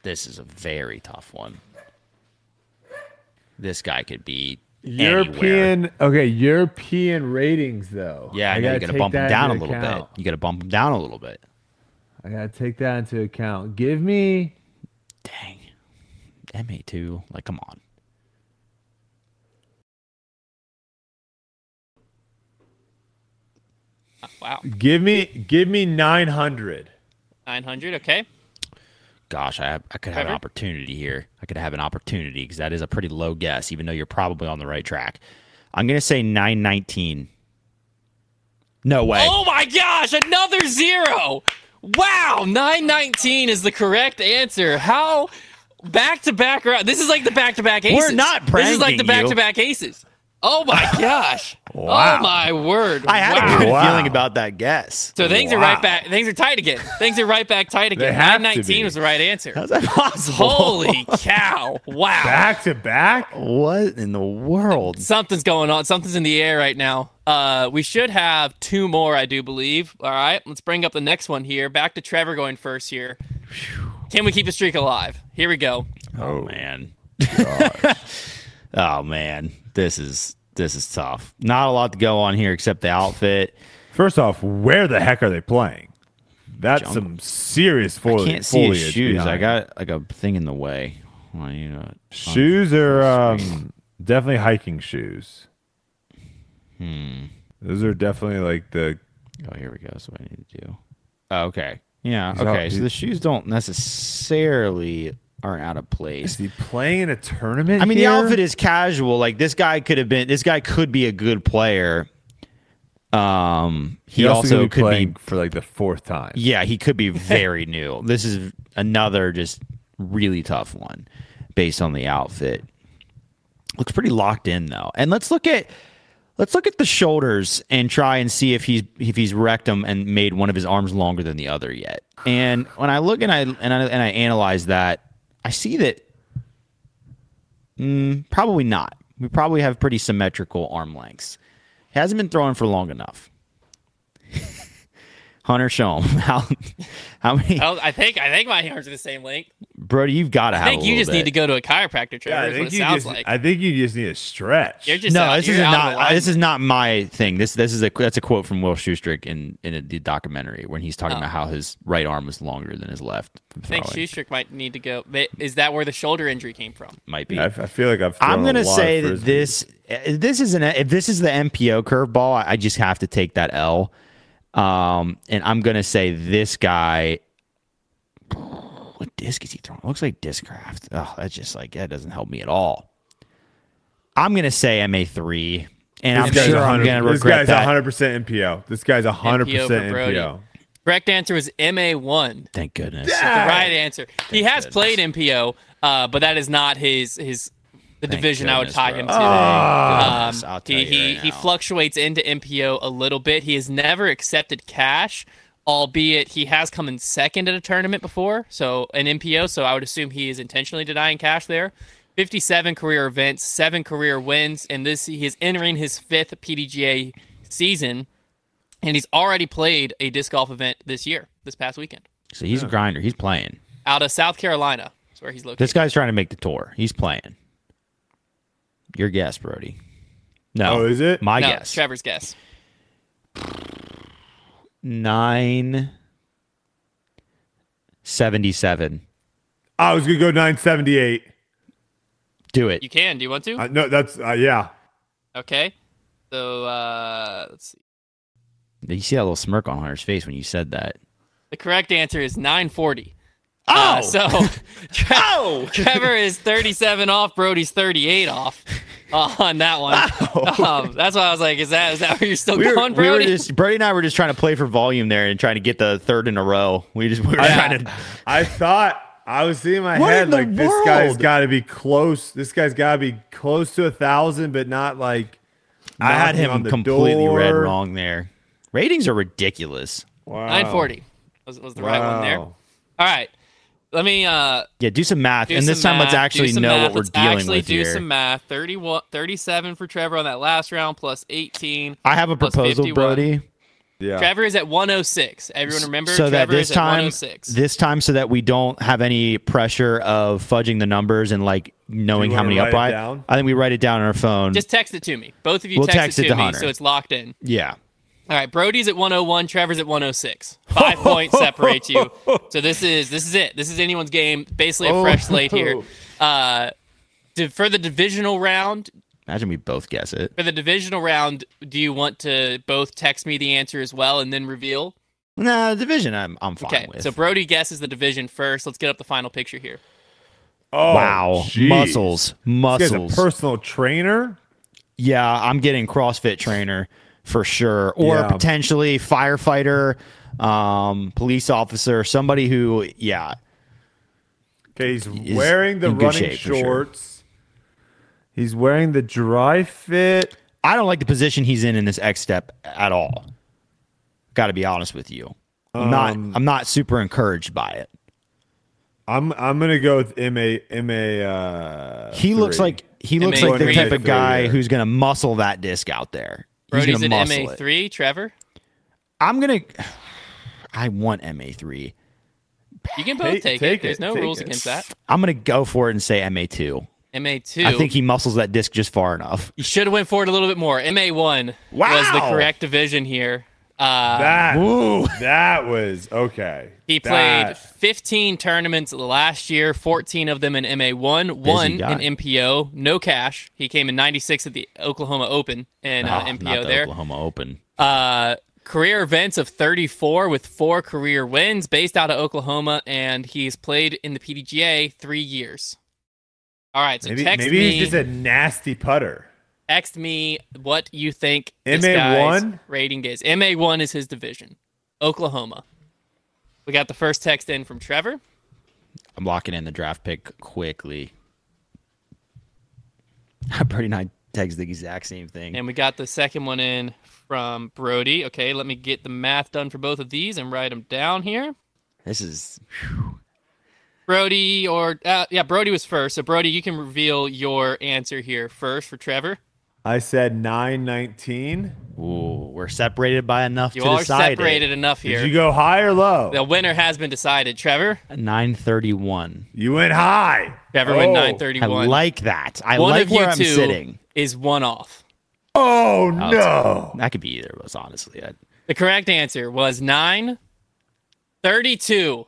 Speaker 5: This is a very tough one. This guy could be Anywhere.
Speaker 3: European. Okay. European ratings though.
Speaker 5: Yeah, I know you got to
Speaker 3: take
Speaker 5: bump him
Speaker 3: that
Speaker 5: down a
Speaker 3: into
Speaker 5: little
Speaker 3: account.
Speaker 5: bit. You got to bump him down a little bit.
Speaker 3: I gotta take that into account. Give me.
Speaker 5: Dang, MA two. Like, come on.
Speaker 1: Wow,
Speaker 3: Give me. Give me nine hundred.
Speaker 1: nine hundred. Okay.
Speaker 5: Gosh, I, I could have an
Speaker 1: Trevor?
Speaker 5: opportunity here. I could have an opportunity because that is a pretty low guess, even though you're probably on the right track.
Speaker 2: I'm gonna say nine nineteen. No way.
Speaker 1: Oh my gosh, another zero. Wow, 919 is the correct answer. How back to back round? This is like the back to back aces.
Speaker 2: We're not
Speaker 1: This is like
Speaker 2: pranking
Speaker 1: the
Speaker 2: you.
Speaker 1: back to back aces. Oh
Speaker 2: *laughs*
Speaker 1: my gosh. Oh my word.
Speaker 2: I had
Speaker 1: wow.
Speaker 2: a good
Speaker 3: Wow.
Speaker 2: feeling about that guess.
Speaker 1: So
Speaker 2: *laughs*
Speaker 1: things are
Speaker 3: Wow.
Speaker 1: right back. Things are tight again. Things are right back tight again.
Speaker 3: have to
Speaker 1: 919
Speaker 3: be.
Speaker 1: was the right answer.
Speaker 2: How's that possible? *laughs*
Speaker 1: Holy cow. Wow.
Speaker 3: Back to back.
Speaker 2: What in the world?
Speaker 1: Something's going on. Something's in the air right now. Uh, we should have two more, I do believe. All right, let's bring up the next one here. Back to Trevor going first here. Can we keep the streak alive? Here we go.
Speaker 5: Oh man.
Speaker 2: *laughs* Oh man, this is this is tough. Not a lot to go on here except the outfit.
Speaker 3: First off, where the heck are they playing? That's some serious foli- foliage.
Speaker 2: Can't see his shoes. I
Speaker 3: behind.
Speaker 2: got like a thing in the way. Well, you know,
Speaker 3: shoes are um, definitely hiking shoes.
Speaker 2: Hmm.
Speaker 3: Those are definitely like the
Speaker 2: oh, here we go. That's what I need to do. Oh, okay. Yeah.
Speaker 3: all-
Speaker 2: Okay. So the shoes don't necessarily aren't out of place.
Speaker 3: Is he playing in a tournament?
Speaker 2: I mean,
Speaker 3: here?
Speaker 2: the outfit is casual. Like this guy could have been. This guy could be a good player. Um, he,
Speaker 3: He
Speaker 2: also,
Speaker 3: could be
Speaker 2: could be
Speaker 3: playing for like the fourth time.
Speaker 2: Yeah, he could be very new. This is another just really tough one based on the outfit. Looks pretty locked in though. And let's look at let's look at the shoulders and try and see if he's if he's wrecked them and made one of his arms longer than the other yet. And when I look and I and I, and I analyze that, I see that mm, probably not. We probably have pretty symmetrical arm lengths. Hasn't been throwing for long enough. *laughs* Hunter, show 'em. *laughs* how how many
Speaker 1: Oh, I think I think my arms are the same length.
Speaker 2: Brody, you've got to have.
Speaker 1: I think
Speaker 2: a
Speaker 1: you
Speaker 2: little
Speaker 1: just need to go
Speaker 2: bit.
Speaker 1: to a chiropractor, Trevor.
Speaker 3: I
Speaker 1: is what
Speaker 3: think,
Speaker 1: it
Speaker 3: you
Speaker 1: sounds
Speaker 3: just,
Speaker 1: like.
Speaker 3: I think you just need a stretch.
Speaker 1: You're just
Speaker 2: No,
Speaker 1: out-
Speaker 2: this
Speaker 1: you're
Speaker 2: is
Speaker 1: out of
Speaker 2: not.
Speaker 1: alignment.
Speaker 2: This is not my thing. This this is a that's a quote from Will Schustrick in in a, the documentary when he's
Speaker 1: Oh.
Speaker 2: talking about how his right arm was longer than his left. From
Speaker 1: I think
Speaker 2: throwing.
Speaker 1: Schuster might need to go. Is that where the shoulder injury came from?
Speaker 2: might be.
Speaker 3: I, I feel like I've.
Speaker 2: I'm
Speaker 3: thrown a
Speaker 2: gonna
Speaker 3: lot
Speaker 2: say
Speaker 3: of
Speaker 2: that
Speaker 3: frisbees.
Speaker 2: this eh, this is an if this is the MPO curveball, I, I just have to take that L. Um, and I'm gonna say this guy. What disc is he throwing? Looks like discraft. Oh, that's just like that doesn't help me at all. I'm gonna say MA three, and
Speaker 3: This
Speaker 2: I'm
Speaker 3: guy's
Speaker 2: sure I'm
Speaker 3: 100
Speaker 2: gonna
Speaker 3: This
Speaker 2: regret
Speaker 3: guy's
Speaker 2: that.
Speaker 3: 100 percent MPO. This guy's
Speaker 1: MPO
Speaker 3: 100
Speaker 1: for
Speaker 3: percent
Speaker 1: Brody.
Speaker 3: MPO.
Speaker 1: Correct answer is MA1.
Speaker 2: Thank goodness.
Speaker 1: the right answer. He has played MPO, uh, but that is not his his the
Speaker 5: Thank
Speaker 1: division I would
Speaker 5: goodness,
Speaker 1: tie
Speaker 5: bro.
Speaker 1: him
Speaker 5: Thank
Speaker 1: to.
Speaker 2: Ah.
Speaker 1: Um,
Speaker 5: goodness, I'll tell
Speaker 1: he
Speaker 5: you
Speaker 1: he,
Speaker 5: right
Speaker 1: he
Speaker 5: now.
Speaker 1: fluctuates into MPO a little bit. He has never accepted cash, albeit he has come in second at a tournament before, so an MPO. So I would assume he is intentionally denying cash there. 57 career events, seven career wins, and this he is entering his fifth PDGA season, and he's already played a disc golf event this year, this past weekend,
Speaker 2: So he's a grinder. He's playing.
Speaker 1: out of South Carolina. That's where he's located.
Speaker 2: This guy's trying to make the tour. He's playing. Your guess, Brody. No.
Speaker 3: Oh, is it?
Speaker 2: My
Speaker 1: no,
Speaker 2: guess.
Speaker 1: Trevor's guess.
Speaker 2: Nine seventy-seven.
Speaker 3: I was Oh, gonna go nine seventy eight.
Speaker 2: Do it.
Speaker 1: You can. Do you want to?
Speaker 3: Uh, no, that's uh, yeah.
Speaker 1: Okay. So uh, let's see.
Speaker 2: You see that little smirk on Hunter's face when you said that.
Speaker 1: The correct answer is 940. Oh, so Tre- *laughs* Trevor is 37 off. Brody's 38 off *laughs* uh, on that one. *laughs* Um, that's why I was like, is that is that where you're still
Speaker 2: We were,
Speaker 1: going,
Speaker 2: we were
Speaker 1: Brody?
Speaker 2: just Brody and I were just trying to play for volume there and trying to get the third in a row. We just we were trying to
Speaker 3: I thought I was seeing my
Speaker 2: What
Speaker 3: head
Speaker 2: in the
Speaker 3: like this guy's
Speaker 2: world?
Speaker 3: got to be close. This guy's got to be close to a thousand, but not like.
Speaker 2: I had
Speaker 3: knocking on
Speaker 2: him
Speaker 3: the
Speaker 2: completely
Speaker 3: door.
Speaker 2: read wrong there. Ratings are ridiculous.
Speaker 3: Wow.
Speaker 1: 940 was, was the right one there. All
Speaker 3: Wow.
Speaker 1: right. Let me uh,
Speaker 2: Yeah, do some math,
Speaker 1: do
Speaker 2: and
Speaker 1: some
Speaker 2: this time
Speaker 1: math,
Speaker 2: let's
Speaker 1: do
Speaker 2: actually
Speaker 1: some
Speaker 2: know
Speaker 1: math.
Speaker 2: what we're
Speaker 1: let's
Speaker 2: dealing
Speaker 1: actually
Speaker 2: with
Speaker 1: do
Speaker 2: here.
Speaker 1: some math. 31, 37 for Trevor on that last round, plus 18.
Speaker 2: I have a
Speaker 1: plus
Speaker 2: proposal,
Speaker 1: 51.
Speaker 2: Brody.
Speaker 3: Yeah.
Speaker 1: Trevor is at 106. Everyone remember?
Speaker 2: so that
Speaker 1: Trevor
Speaker 2: this
Speaker 1: is at
Speaker 2: time,
Speaker 1: 106.
Speaker 2: this time, so that we don't have any pressure of fudging the numbers and like knowing
Speaker 3: you
Speaker 2: how
Speaker 3: wanna
Speaker 2: many
Speaker 3: write it
Speaker 2: upright.
Speaker 3: down?
Speaker 2: I think we write it down on our phone.
Speaker 1: Just text it to me. Both of you
Speaker 2: We'll
Speaker 1: text,
Speaker 2: text
Speaker 1: it
Speaker 2: it
Speaker 1: to,
Speaker 2: to
Speaker 1: me,
Speaker 2: Hunter.
Speaker 1: so it's locked in.
Speaker 2: yeah,
Speaker 1: All right, Brody's at 101, Trevor's at 106. Five
Speaker 2: *laughs*
Speaker 1: points separate you. So this is this is it. This is anyone's game. Basically a fresh slate
Speaker 2: *laughs*
Speaker 1: here. Uh, di- for the divisional round,
Speaker 2: imagine we both guess it.
Speaker 1: for the divisional round, do you want to both text me the answer as well and then reveal?
Speaker 2: Nah, the division, I'm I'm fine
Speaker 1: Okay,
Speaker 2: with.
Speaker 1: so Brody guesses the division first. Let's get up the final picture here.
Speaker 3: Oh,
Speaker 2: wow,
Speaker 3: jeez.
Speaker 2: muscles,
Speaker 3: This guy's a
Speaker 2: muscles.
Speaker 3: personal trainer.
Speaker 2: yeah, I'm getting CrossFit trainer for sure, or
Speaker 3: Yeah.
Speaker 2: potentially firefighter, um, police officer, somebody who, yeah,
Speaker 3: Okay, he's wearing the
Speaker 2: in good
Speaker 3: running
Speaker 2: shape, for sure.
Speaker 3: shorts. He's wearing the dry fit.
Speaker 2: I don't like the position he's in in this X step at all. Got to be honest with you. I'm not. I'm not super encouraged by it.
Speaker 3: I'm I'm gonna go with ma ma. Uh,
Speaker 2: He looks
Speaker 3: three.
Speaker 2: like he looks like the
Speaker 1: MA3.
Speaker 2: type of guy
Speaker 3: MA3.
Speaker 2: who's going to muscle that disc out there. He's
Speaker 1: Brody's
Speaker 2: going to
Speaker 1: at
Speaker 2: muscle it.
Speaker 1: MA3, Trevor.
Speaker 2: I'm gonna. I want MA three.
Speaker 1: You can both
Speaker 3: Take-
Speaker 1: take, it.
Speaker 3: take
Speaker 1: There's
Speaker 3: it,
Speaker 1: no
Speaker 3: take
Speaker 1: rules
Speaker 3: it.
Speaker 1: against that.
Speaker 2: I'm gonna go for it and say MA two.
Speaker 1: MA2.
Speaker 2: I think he muscles that disc just far enough.
Speaker 1: You should have went forward a little bit more. MA1 was the
Speaker 2: Wow.
Speaker 1: correct division here. Uh,
Speaker 3: that.
Speaker 2: Woo!
Speaker 3: That was okay.
Speaker 1: he played
Speaker 3: That-
Speaker 1: 15 tournaments last year, 14 of them in MA1, one
Speaker 2: guy.
Speaker 1: in MPO, no cash. He came in 96 at the Oklahoma Open and uh,
Speaker 2: Ah,
Speaker 1: MPO
Speaker 2: not the
Speaker 1: there.
Speaker 2: Oklahoma Open.
Speaker 1: Uh, career events of 34 with four career wins based out of Oklahoma, and he's played in the PDGA three years. All right, so
Speaker 3: maybe
Speaker 1: text
Speaker 3: maybe
Speaker 1: me.
Speaker 3: he's just a nasty putter.
Speaker 1: text me what you think this
Speaker 3: MA1?
Speaker 1: guy's rating is. MA1 is his division. Oklahoma. We got the first text in from Trevor.
Speaker 2: I'm locking in the draft pick quickly. *laughs* Brody and I text the exact same thing.
Speaker 1: And we got the second one in from Brody. Okay, let me get the math done for both of these and write them down here.
Speaker 2: This is
Speaker 1: Brody or uh, yeah, Brody was first. So Brody, you can reveal your answer here first for Trevor.
Speaker 3: I said nine nineteen.
Speaker 2: Ooh, we're separated by enough
Speaker 1: You
Speaker 2: to
Speaker 1: all are
Speaker 2: decide.
Speaker 1: separated enough here.
Speaker 3: Did you go high or low?
Speaker 1: the winner has been decided. Trevor.
Speaker 2: Nine thirty-one.
Speaker 3: You went high.
Speaker 1: Trevor went
Speaker 3: Oh.
Speaker 2: I
Speaker 1: 931.
Speaker 2: like that. I
Speaker 1: one
Speaker 2: like
Speaker 1: of you
Speaker 2: where I'm
Speaker 1: two
Speaker 2: sitting.
Speaker 1: is one off.
Speaker 3: Oh
Speaker 2: that's-
Speaker 3: no!
Speaker 2: That could be either of us, honestly. I,
Speaker 1: The correct answer was 9 32.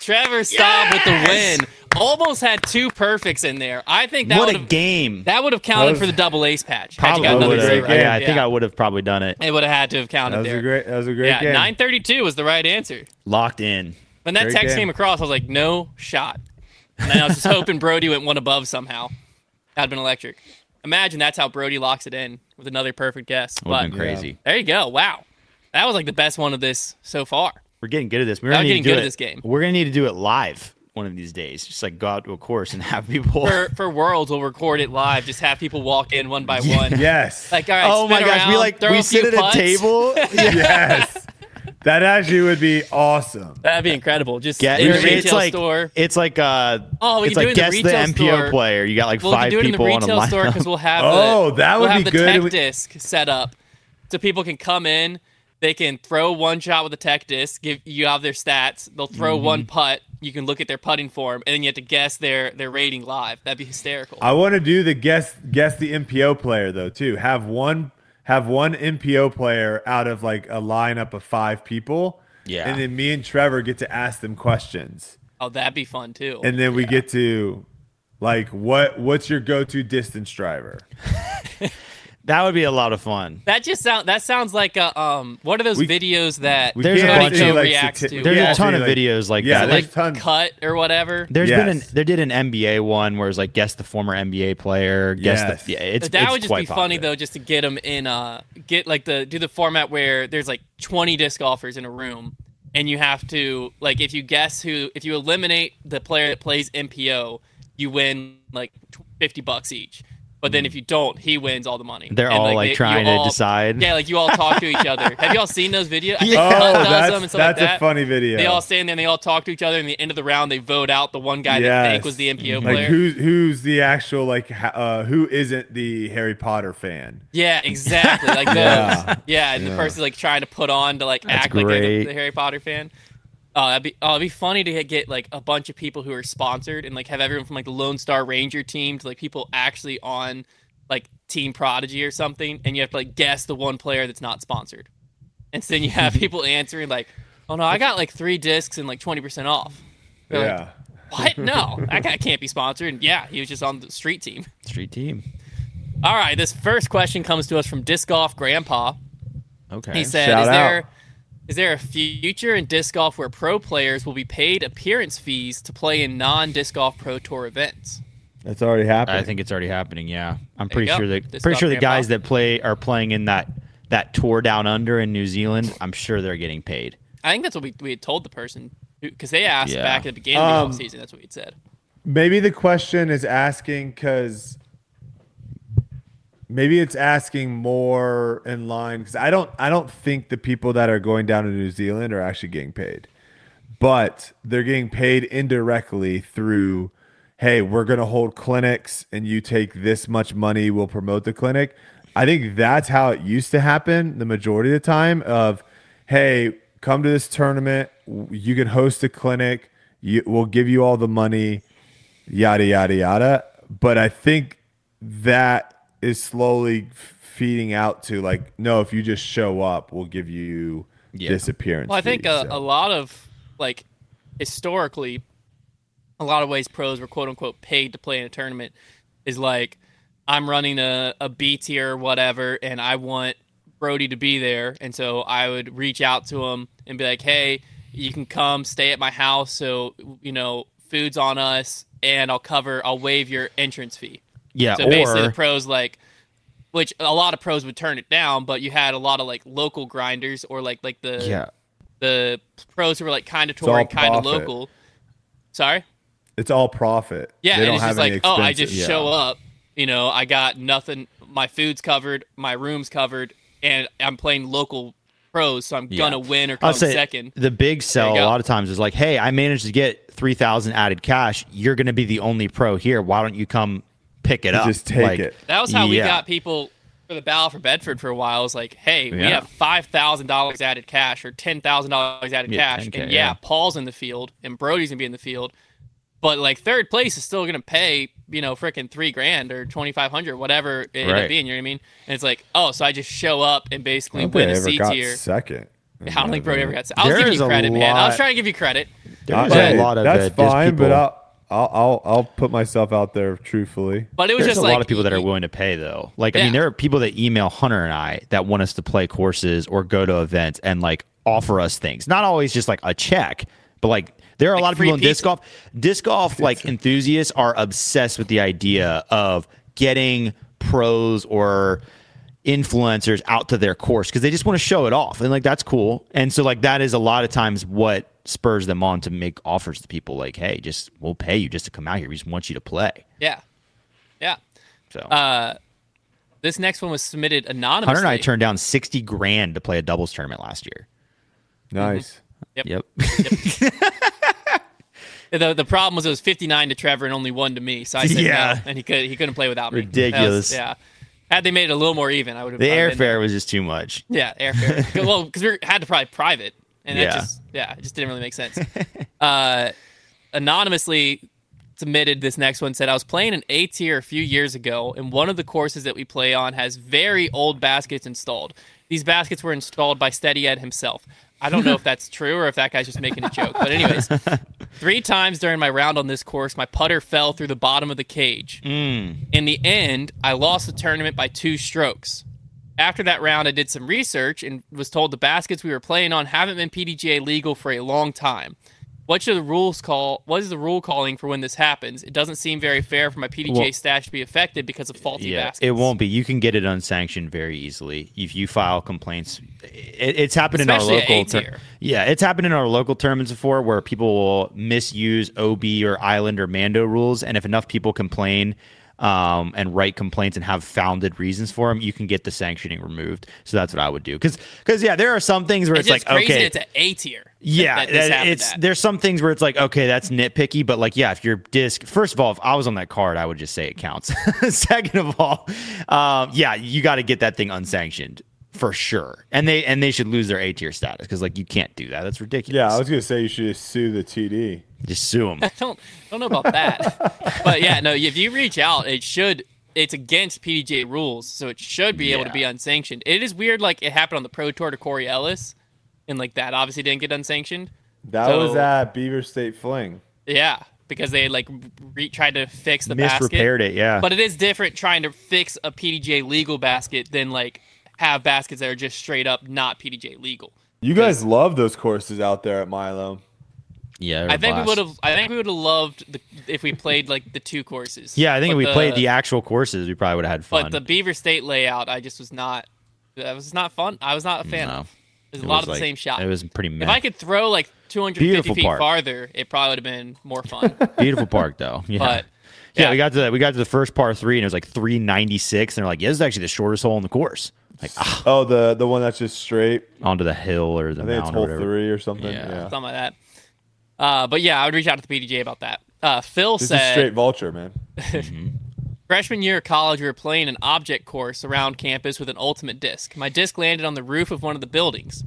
Speaker 1: Trevor Staub with the win. Almost had two perfects in there. I think that
Speaker 2: what
Speaker 1: would
Speaker 2: a
Speaker 1: have
Speaker 2: game!
Speaker 1: that would have counted
Speaker 3: That
Speaker 1: for the
Speaker 3: was-
Speaker 1: double ace patch. Had you
Speaker 2: Probably
Speaker 1: got another
Speaker 2: would
Speaker 3: would've.
Speaker 1: zero.
Speaker 2: have.
Speaker 3: great
Speaker 2: Yeah,
Speaker 3: game.
Speaker 2: I think I would have probably done it.
Speaker 1: it would have had to have counted
Speaker 3: That was
Speaker 1: there.
Speaker 3: a great. That was a great
Speaker 1: yeah,
Speaker 3: game.
Speaker 1: 932 was the right answer.
Speaker 2: Locked in.
Speaker 1: When that
Speaker 3: Great
Speaker 1: text
Speaker 3: game.
Speaker 1: came across, I was like, no shot. And then I was
Speaker 2: *laughs*
Speaker 1: just hoping Brody went one above somehow. That'd been electric. Imagine that's how Brody locks it in with another perfect guess.
Speaker 2: Would have
Speaker 1: But
Speaker 2: been crazy.
Speaker 1: there you go. Wow. That was like the best one of this so far.
Speaker 2: We're getting good at this. We're
Speaker 1: Now
Speaker 2: gonna need
Speaker 1: getting
Speaker 2: to do
Speaker 1: good at
Speaker 2: it.
Speaker 1: this game.
Speaker 2: We're gonna need to do it live. one of these days. Just like go out to a course and *laughs* have people.
Speaker 1: For, for Worlds, we'll record it live. Just have people walk in one by one. *laughs*
Speaker 3: Yes.
Speaker 1: Like, all right,
Speaker 2: oh my
Speaker 1: spin
Speaker 2: gosh, we
Speaker 1: around,
Speaker 2: like
Speaker 1: throw
Speaker 2: we
Speaker 1: a
Speaker 2: sit
Speaker 1: few
Speaker 2: at a
Speaker 1: putts.
Speaker 2: table.
Speaker 1: *laughs*
Speaker 3: *laughs* yes. That actually would be awesome.
Speaker 1: That'd be incredible. Just
Speaker 2: Yeah,
Speaker 1: in a
Speaker 2: it's,
Speaker 1: retail
Speaker 2: it's like
Speaker 1: store.
Speaker 2: it's like uh
Speaker 1: Oh, we
Speaker 2: it's
Speaker 1: can do
Speaker 2: like
Speaker 1: it in the
Speaker 2: guess the
Speaker 1: retail
Speaker 2: MPO
Speaker 1: store.
Speaker 2: player. You got like
Speaker 1: We'll
Speaker 2: five
Speaker 1: do it in the
Speaker 2: people on a
Speaker 1: retail store
Speaker 2: lineup.
Speaker 1: because we'll
Speaker 3: *laughs*
Speaker 1: have
Speaker 3: Oh,
Speaker 1: the,
Speaker 3: that
Speaker 1: we'll
Speaker 3: would
Speaker 1: have
Speaker 3: be
Speaker 1: the
Speaker 3: good.
Speaker 1: tech
Speaker 3: We-
Speaker 1: disc set up, so people can come in. They can throw one shot with the tech disc. Give you have their stats. They'll
Speaker 3: Mm-hmm.
Speaker 1: throw one putt. You can look at their putting form, and then you have to guess their their rating live. That'd be hysterical.
Speaker 3: I want to do the guess guess the MPO player though too. Have one have one MPO player out of like a lineup of five people.
Speaker 5: Yeah.
Speaker 3: And then me and Trevor get to ask them questions.
Speaker 1: oh, that'd be fun too.
Speaker 3: And then we get to like what what's your go-to distance driver?
Speaker 2: That would be a lot of fun.
Speaker 1: that just sound that sounds like a um. What are those
Speaker 3: We-
Speaker 1: videos that
Speaker 3: We
Speaker 2: There's a
Speaker 3: can't
Speaker 2: bunch
Speaker 1: of-
Speaker 3: do,
Speaker 1: reacts to-
Speaker 3: stati-
Speaker 2: There's
Speaker 3: yeah,
Speaker 2: a ton
Speaker 3: do,
Speaker 2: of videos like
Speaker 3: yeah,
Speaker 2: that.
Speaker 3: there's
Speaker 2: Like
Speaker 3: tons.
Speaker 1: cut or whatever?
Speaker 2: There's been an
Speaker 3: Yes.
Speaker 2: there did an NBA one where it's like guess the former NBA player, guess
Speaker 3: Yes.
Speaker 2: the yeah, it's
Speaker 1: that
Speaker 2: it's
Speaker 1: would just
Speaker 2: quite
Speaker 1: be funny
Speaker 2: popular.
Speaker 1: though, just to get them in. Uh, get like the do the format where there's like 20 disc golfers in a room, and you have to like if you guess who if you eliminate the player that plays MPO, you win like tw- 50 bucks each. But then if you don't, he wins all the money.
Speaker 2: Mm. They're all, like,
Speaker 1: you
Speaker 2: trying to decide.
Speaker 1: Yeah, like you all talk to each
Speaker 2: *laughs*
Speaker 1: other. Have you all seen those videos? I think
Speaker 3: *laughs* Oh,
Speaker 1: Cut does them and
Speaker 3: that's,
Speaker 1: stuff like
Speaker 3: that's a
Speaker 1: that.
Speaker 3: funny video.
Speaker 1: They all stand there and they all talk to each other. And the end of the round, they vote out the one guy that they think
Speaker 3: Yes.
Speaker 1: was the MPO
Speaker 3: like
Speaker 1: player.
Speaker 3: who's who's the actual like ha- uh who isn't the Harry Potter fan?
Speaker 1: Yeah, exactly. Like those.
Speaker 3: Yeah.
Speaker 1: Yeah, and the person's like trying to put on to like act like they're the,
Speaker 2: great.
Speaker 1: the Harry Potter fan. Oh, that'd be oh, it'd be funny to get, get like a bunch of people who are sponsored and like have everyone from like the Lone Star Ranger team to like people actually on like Team Prodigy or something, and you have to like guess the one player that's not sponsored, and so then you have people answering like, "Oh no, I got like three discs and like twenty percent off." They're like,
Speaker 3: Yeah.
Speaker 1: what? No, that guy can't be sponsored. And yeah, he was just on the street team.
Speaker 2: Street team.
Speaker 1: All right, this first question comes to us from Disc Golf Grandpa.
Speaker 2: Okay.
Speaker 1: He said,
Speaker 3: Shout
Speaker 1: "Is
Speaker 3: out.
Speaker 1: there is there a future in disc golf where pro players will be paid appearance fees to play in non-disc golf pro tour events?"
Speaker 3: That's already happened.
Speaker 2: I think it's already happening, yeah.
Speaker 1: There
Speaker 2: I'm
Speaker 1: you
Speaker 2: pretty
Speaker 1: go.
Speaker 2: sure that
Speaker 1: This
Speaker 2: pretty
Speaker 1: got
Speaker 2: sure the
Speaker 1: Grandpa.
Speaker 2: guys that play are playing in that that tour down under in New Zealand, I'm sure they're getting paid.
Speaker 1: I think that's what we, we had told the person because they asked
Speaker 5: Yeah.
Speaker 1: back at the beginning of
Speaker 3: Um,
Speaker 1: the season. That's what we'd said.
Speaker 3: Maybe the question is asking because maybe it's asking more in line because I don't I don't think the people that are going down to New Zealand are actually getting paid, but they're getting paid indirectly through, hey, we're gonna hold clinics and you take this much money, we'll promote the clinic. I think that's how it used to happen the majority of the time. Of hey, come to this tournament, w- you can host a clinic, you, we'll give you all the money yada yada yada. But I think that is slowly feeding out to like, no, if you just show up, we'll give you
Speaker 2: Yeah.
Speaker 3: this appearance.
Speaker 1: Well, I think uh,
Speaker 3: fee,
Speaker 1: a,
Speaker 3: so.
Speaker 1: a lot of like historically, a lot of ways pros were quote unquote paid to play in a tournament is like I'm running a, a B tier or whatever, and I want Brody to be there, and so I would reach out to him and be like, hey, you can come stay at my house, so you know food's on us, and I'll cover, I'll waive your entrance fee.
Speaker 2: Yeah,
Speaker 1: So basically, the
Speaker 2: or
Speaker 1: pros like, which a lot of pros would turn it down, but you had a lot of like local grinders or like like the
Speaker 2: yeah.
Speaker 1: the pros who were like kind of
Speaker 3: all
Speaker 1: touring, kind of
Speaker 3: profit.
Speaker 1: local. Sorry.
Speaker 3: it's all profit.
Speaker 1: Yeah,
Speaker 3: They
Speaker 1: and
Speaker 3: don't
Speaker 1: it's
Speaker 3: have
Speaker 1: just
Speaker 3: any
Speaker 1: like, oh, I just
Speaker 3: expenses.
Speaker 1: show up. You know, I got nothing. My food's covered, my room's covered, and I'm playing local pros, so I'm gonna win or come
Speaker 2: I'll say
Speaker 1: second.
Speaker 2: the big sell
Speaker 1: go.
Speaker 2: a lot of times is like, hey, I managed to get three thousand added cash. You're going to be the only pro here. Why don't you come pick it up?
Speaker 3: just take
Speaker 2: Like,
Speaker 3: it.
Speaker 1: That was how we
Speaker 2: yeah.
Speaker 1: got people for the battle for Bedford for a while. It was like, hey, we
Speaker 5: Yeah.
Speaker 1: have five thousand dollars added cash or ten thousand dollars added
Speaker 5: Yeah,
Speaker 1: cash,
Speaker 5: 10K,
Speaker 1: and yeah,
Speaker 5: yeah.
Speaker 1: Paul's in the field and Brody's gonna be in the field, but like third place is still gonna pay you know freaking three grand or twenty five hundred whatever it ended up
Speaker 5: Right.
Speaker 1: being. You know what I mean? And it's like, oh, so I just show up and
Speaker 3: I
Speaker 1: basically
Speaker 3: don't
Speaker 1: win
Speaker 3: think I
Speaker 1: a
Speaker 3: ever
Speaker 1: C
Speaker 3: got
Speaker 1: tier.
Speaker 3: second.
Speaker 1: I don't think Brody ever got. I was
Speaker 2: There
Speaker 1: giving
Speaker 2: is
Speaker 1: you
Speaker 2: a
Speaker 1: credit, man. I was
Speaker 2: lot-
Speaker 1: trying to give you credit.
Speaker 2: There's
Speaker 1: But-
Speaker 2: a lot of
Speaker 3: that's
Speaker 2: uh, just
Speaker 3: fine,
Speaker 2: people,
Speaker 3: but I'll, I'll I'll I'll put myself out there truthfully.
Speaker 1: But it was
Speaker 2: There's
Speaker 1: just
Speaker 2: a
Speaker 1: like
Speaker 2: lot of people that are
Speaker 1: you-
Speaker 2: willing to pay though. Like I
Speaker 1: Yeah.
Speaker 2: mean, there are people that email Hunter and I that want us to play courses or go to events and like offer us things. Not always just like a check, but like there are a lot of
Speaker 1: free
Speaker 2: people in disc
Speaker 1: pizza.
Speaker 2: golf. Disc golf like enthusiasts are obsessed with the idea of getting pros or influencers out to their course because they just want to show it off and like that's cool. And so like that is a lot of times what spurs them on to make offers to people like, hey, just we'll pay you just to come out here. We just want you to play.
Speaker 1: Yeah. Yeah.
Speaker 2: So
Speaker 1: Uh, this next one was submitted anonymously.
Speaker 2: Hunter and I turned down sixty grand to play a doubles tournament last year.
Speaker 3: Nice.
Speaker 1: Yep.
Speaker 2: *laughs*
Speaker 1: The, the problem was it was 59 to Trevor and only one to me. So I said yeah.
Speaker 2: Yeah.
Speaker 1: and he could he couldn't play without me. That was-
Speaker 2: Ridiculous.
Speaker 1: yeah. Had they made it a little more even, I would have.
Speaker 2: the
Speaker 1: I would've been-
Speaker 2: airfare was just too much.
Speaker 1: Yeah,
Speaker 2: *laughs*
Speaker 1: airfare. well, because we had to probably private, and that
Speaker 2: Yeah.
Speaker 1: just yeah, it just didn't really make
Speaker 2: *laughs*
Speaker 1: sense. uh, anonymously submitted this next one said I was playing an A tier a few years ago, and one of the courses that we play on has very old baskets installed. These baskets were installed by Steady Ed himself. I don't know if that's true or if that guy's just making a joke. But anyways, three times during my round on this course, my putter fell through the bottom of the cage.
Speaker 2: Mm.
Speaker 1: In the end, I lost the tournament by two strokes. After that round, I did some research and was told the baskets we were playing on haven't been PDGA legal for a long time. What should the rules call? What is the rule calling for when this happens? It doesn't seem very fair for my PDGA
Speaker 2: Well-
Speaker 1: stash to be affected because of faulty baskets.
Speaker 2: it won't be. You can get it unsanctioned very easily if you file complaints. It, it's happened
Speaker 1: Especially
Speaker 2: in
Speaker 1: at
Speaker 2: our local.
Speaker 1: A tier.
Speaker 2: yeah, it's happened in our local tournaments before where people will misuse OB or Island or Mando rules, and if enough people complain um, and write complaints and have founded reasons for them, you can get the sanctioning removed. So that's what I would do. Because yeah, there are some things where
Speaker 1: It's
Speaker 2: it's,
Speaker 1: just
Speaker 2: like
Speaker 1: crazy
Speaker 2: okay,
Speaker 1: that it's an A tier. that-
Speaker 2: yeah,
Speaker 1: that this
Speaker 2: that-
Speaker 1: happened
Speaker 2: it's
Speaker 1: at.
Speaker 2: there's some things where it's like, okay, that's nitpicky, but like, yeah, if your disc, first of all, if I was on that card, I would just say it counts. *laughs* Second of all, um, yeah, you got to get that thing unsanctioned for sure, and they and they should lose their A tier status because like you can't do that. That's ridiculous.
Speaker 3: Yeah, I was gonna say you should just sue the TD.
Speaker 2: just sue them.
Speaker 1: don't don't know about
Speaker 2: *laughs*
Speaker 1: that. but yeah, no, if you reach out, it should it's against PDJ rules, so it should be able to
Speaker 2: Yeah.
Speaker 1: be unsanctioned. It is weird like it happened on the Pro Tour to Corey Ellis and like that obviously didn't get unsanctioned.
Speaker 3: That
Speaker 1: So-
Speaker 3: was at Beaver State Fling.
Speaker 1: Yeah, because they like re- tried to fix the
Speaker 2: Misrepaired
Speaker 1: basket.
Speaker 2: it, yeah.
Speaker 1: But it is different trying to fix a PDJ legal basket than like have baskets that are just straight up not PDJ legal.
Speaker 3: You guys love those courses out there
Speaker 1: *sighs*
Speaker 3: at Milo.
Speaker 2: yeah,
Speaker 1: I think we would have I think we would have loved the, if we played like the two courses.
Speaker 2: Yeah, I think
Speaker 1: But
Speaker 2: if we played
Speaker 1: the
Speaker 2: the actual courses, we probably would have had fun.
Speaker 1: But the Beaver State layout, I just was not. That was not fun. I was not a fan.
Speaker 5: No.
Speaker 1: of. There's a
Speaker 2: It
Speaker 1: lot
Speaker 2: was,
Speaker 1: of the
Speaker 2: like-
Speaker 1: same shot.
Speaker 2: It was pretty. Meh.
Speaker 1: if I could throw like 250
Speaker 2: Beautiful
Speaker 1: feet
Speaker 2: park.
Speaker 1: farther, it probably would have been more
Speaker 2: *laughs*
Speaker 1: fun.
Speaker 2: *laughs* Beautiful park though. Yeah.
Speaker 1: But
Speaker 2: yeah,
Speaker 1: yeah.
Speaker 2: we got to that. We got to the first par three, and it was like three ninety six, and they're like, "Yeah, this is actually the shortest hole in the course." Like ah,
Speaker 3: Oh, the the one that's just straight.
Speaker 2: onto the hill or the
Speaker 3: I think it's
Speaker 2: mountain or
Speaker 3: hole
Speaker 2: whatever.
Speaker 3: three or something.
Speaker 5: Yeah.
Speaker 3: Yeah,
Speaker 1: something like that. Uh, but yeah, I would reach out to the PDJ about that. Uh, Phil
Speaker 3: this is
Speaker 1: said,
Speaker 3: straight vulture, man.
Speaker 1: Freshman year of college, we were playing an object course around campus with an ultimate disc. My disc landed on the roof of one of the buildings,